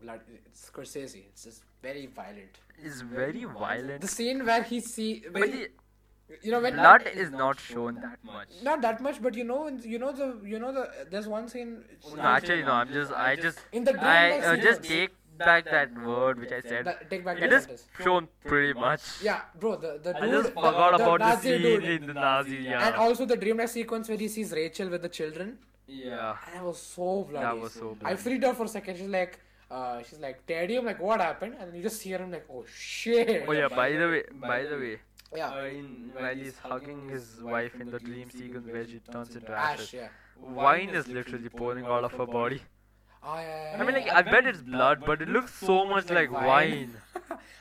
[SPEAKER 2] blood. It's Scorsese. It's just very violent.
[SPEAKER 1] It's very violent.
[SPEAKER 2] The scene where he see, where
[SPEAKER 1] But
[SPEAKER 2] he-
[SPEAKER 1] the
[SPEAKER 2] you know, when
[SPEAKER 1] blood is not shown that much.
[SPEAKER 2] not that much, but you know, you know the, you know the. There's one scene.
[SPEAKER 1] No, actually, no. I'm just, I just,
[SPEAKER 2] In the
[SPEAKER 1] I
[SPEAKER 2] Greenback
[SPEAKER 1] uh,
[SPEAKER 2] scene
[SPEAKER 1] just
[SPEAKER 2] was-
[SPEAKER 1] take back that word which I said.
[SPEAKER 2] That- take back
[SPEAKER 1] It
[SPEAKER 2] the
[SPEAKER 1] is
[SPEAKER 2] sentence.
[SPEAKER 1] shown pretty much.
[SPEAKER 2] Yeah, bro. The the dude.
[SPEAKER 1] I just
[SPEAKER 2] the-
[SPEAKER 1] forgot
[SPEAKER 2] the
[SPEAKER 1] about the
[SPEAKER 2] Nazi
[SPEAKER 1] scene
[SPEAKER 2] dude.
[SPEAKER 1] in the Nazi.
[SPEAKER 2] And
[SPEAKER 1] Yeah.
[SPEAKER 2] also the dreamlike sequence where he sees Rachel with the children.
[SPEAKER 1] Yeah.
[SPEAKER 2] That was so bloody.
[SPEAKER 1] That was so
[SPEAKER 2] I
[SPEAKER 1] bloody.
[SPEAKER 2] freaked out for a second. She's like, uh, she's like, Daddy, I'm like, what happened? And you just hear him like, oh shit.
[SPEAKER 1] Oh yeah. Oh, By the way, by the way,
[SPEAKER 2] Yeah.
[SPEAKER 3] Uh, in,
[SPEAKER 1] while he's hugging his wife in the dream sequence where she turns into
[SPEAKER 2] Ash,
[SPEAKER 1] ashes,
[SPEAKER 2] yeah.
[SPEAKER 1] wine is literally pouring out of her body.
[SPEAKER 2] Oh, yeah, yeah,
[SPEAKER 1] I mean, like,
[SPEAKER 2] yeah.
[SPEAKER 1] I bet it's blood, but it looks so much like wine.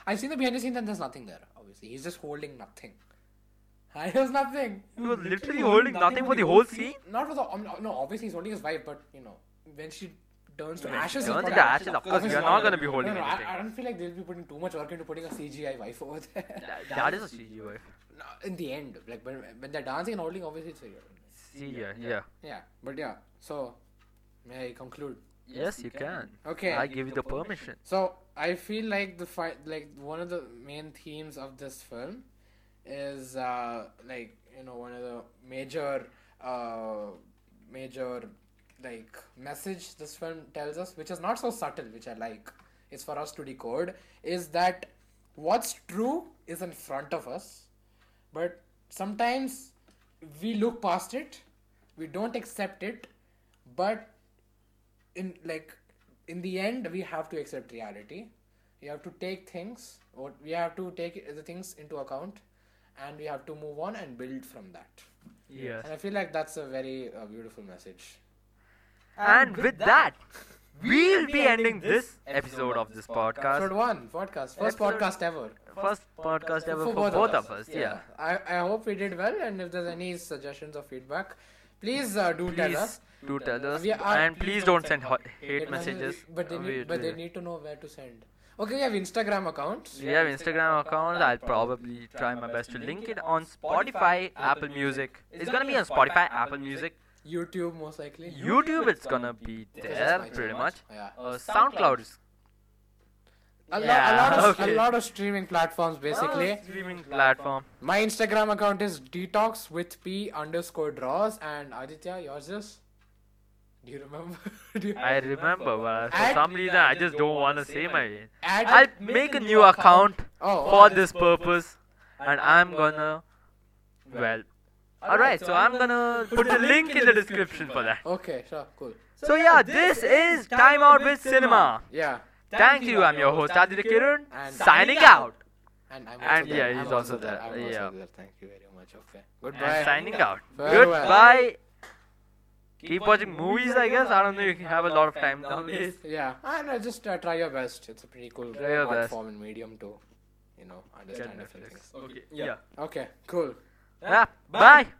[SPEAKER 2] I've seen the behind the scenes and there's nothing there. Obviously, he's just holding nothing. There's nothing.
[SPEAKER 1] He was literally holding nothing for the whole scene.
[SPEAKER 2] Not for the um, no. Obviously, he's holding his wife, but you know, when she turns to
[SPEAKER 3] When she
[SPEAKER 2] ashes, he's
[SPEAKER 3] turns
[SPEAKER 1] Turns
[SPEAKER 2] probably-
[SPEAKER 1] into ashes. Of course,
[SPEAKER 2] Obviously
[SPEAKER 1] you're
[SPEAKER 2] not
[SPEAKER 1] not gonna
[SPEAKER 2] gonna
[SPEAKER 1] be
[SPEAKER 2] No,
[SPEAKER 1] holding
[SPEAKER 2] no, I, I
[SPEAKER 1] anything.
[SPEAKER 2] don't feel like they'll be putting too much work into putting a CGI wife over there.
[SPEAKER 1] That- That is a CG wife.
[SPEAKER 2] No, in the end, like when, when they're dancing and holding, obviously it's a
[SPEAKER 1] See, yeah, yeah.
[SPEAKER 2] yeah. But yeah, so may I conclude?
[SPEAKER 1] Yes, you can.
[SPEAKER 2] Okay.
[SPEAKER 1] I give you the permission.
[SPEAKER 2] So I feel like the fight, like one of the main themes of this film, is uh, like you know one of the major, uh, major, like message this film tells us, which is not so subtle, which I like. It's for us to decode. Is that what's true is in front of us, but sometimes we look past it, we don't accept it, but in like in the end we have to accept reality we have to take things what we have to take the things into account and we have to move on and build from that
[SPEAKER 1] Yes.
[SPEAKER 2] and i feel like that's a very uh, beautiful message
[SPEAKER 1] And with that, we'll be ending this episode of this
[SPEAKER 2] episode
[SPEAKER 1] podcast.
[SPEAKER 2] one podcast
[SPEAKER 1] Episode-
[SPEAKER 2] first podcast ever
[SPEAKER 1] First podcast ever for both of us. Yeah.
[SPEAKER 2] I, I hope we did well and if there's any suggestions or feedback please uh, do tell
[SPEAKER 1] Please
[SPEAKER 2] us
[SPEAKER 1] do tell us.
[SPEAKER 2] We are-
[SPEAKER 1] And please don't send ho- hate
[SPEAKER 2] But-
[SPEAKER 1] messages. Uh,
[SPEAKER 2] but they
[SPEAKER 1] We-
[SPEAKER 2] need, but they need to know where to send okay we have instagram accounts
[SPEAKER 1] We have Instagram account. I'll probably try my best to link it on Spotify, Apple Music. It's gonna be on Spotify, Apple Music.
[SPEAKER 2] youtube most likely
[SPEAKER 1] YouTube, it's gonna be there pretty much.
[SPEAKER 2] yeah
[SPEAKER 1] Uh, SoundCloud is
[SPEAKER 2] A, lo-
[SPEAKER 1] Yeah,
[SPEAKER 2] a lot of
[SPEAKER 1] okay.
[SPEAKER 2] a lot of streaming platforms
[SPEAKER 3] Oh.
[SPEAKER 2] basically.
[SPEAKER 1] a streaming platform.
[SPEAKER 2] My Instagram account is detox with p underscore draws and Aditya, yours is. Do you remember? Do you-
[SPEAKER 1] I remember, but for
[SPEAKER 2] At-
[SPEAKER 1] some reason I just don't want to say my name.
[SPEAKER 2] Add-
[SPEAKER 1] I'll make a new account
[SPEAKER 2] oh,
[SPEAKER 1] for this purpose, and I'm gonna. Well, alright. So I'm gonna put the link in the description for that.
[SPEAKER 2] okay, sure, cool.
[SPEAKER 1] So yeah, this is Time Out with Cinema.
[SPEAKER 2] Yeah,
[SPEAKER 1] Thank you. I'm your host Aditya Kiran,
[SPEAKER 2] And-
[SPEAKER 1] signing out.
[SPEAKER 2] and I'm also
[SPEAKER 1] And
[SPEAKER 2] there.
[SPEAKER 1] yeah,
[SPEAKER 2] I'm
[SPEAKER 1] he's also there.
[SPEAKER 2] I'm also
[SPEAKER 1] Yeah.
[SPEAKER 2] there. Thank you very much. Okay,
[SPEAKER 1] And
[SPEAKER 2] goodbye.
[SPEAKER 1] signing out.
[SPEAKER 2] Farewell.
[SPEAKER 1] Goodbye. Keep watching movies, I guess. I don't know. You have a lot of time nowadays.
[SPEAKER 2] Yeah, I know. Just uh, try your best. It's a pretty cool
[SPEAKER 1] Try your best.
[SPEAKER 2] platform and medium to, you know,
[SPEAKER 1] Get
[SPEAKER 2] understand different
[SPEAKER 1] Netflix.
[SPEAKER 2] things.
[SPEAKER 1] Okay.
[SPEAKER 3] Yeah.
[SPEAKER 1] Yeah.
[SPEAKER 2] Okay, cool.
[SPEAKER 1] Yeah. Bye.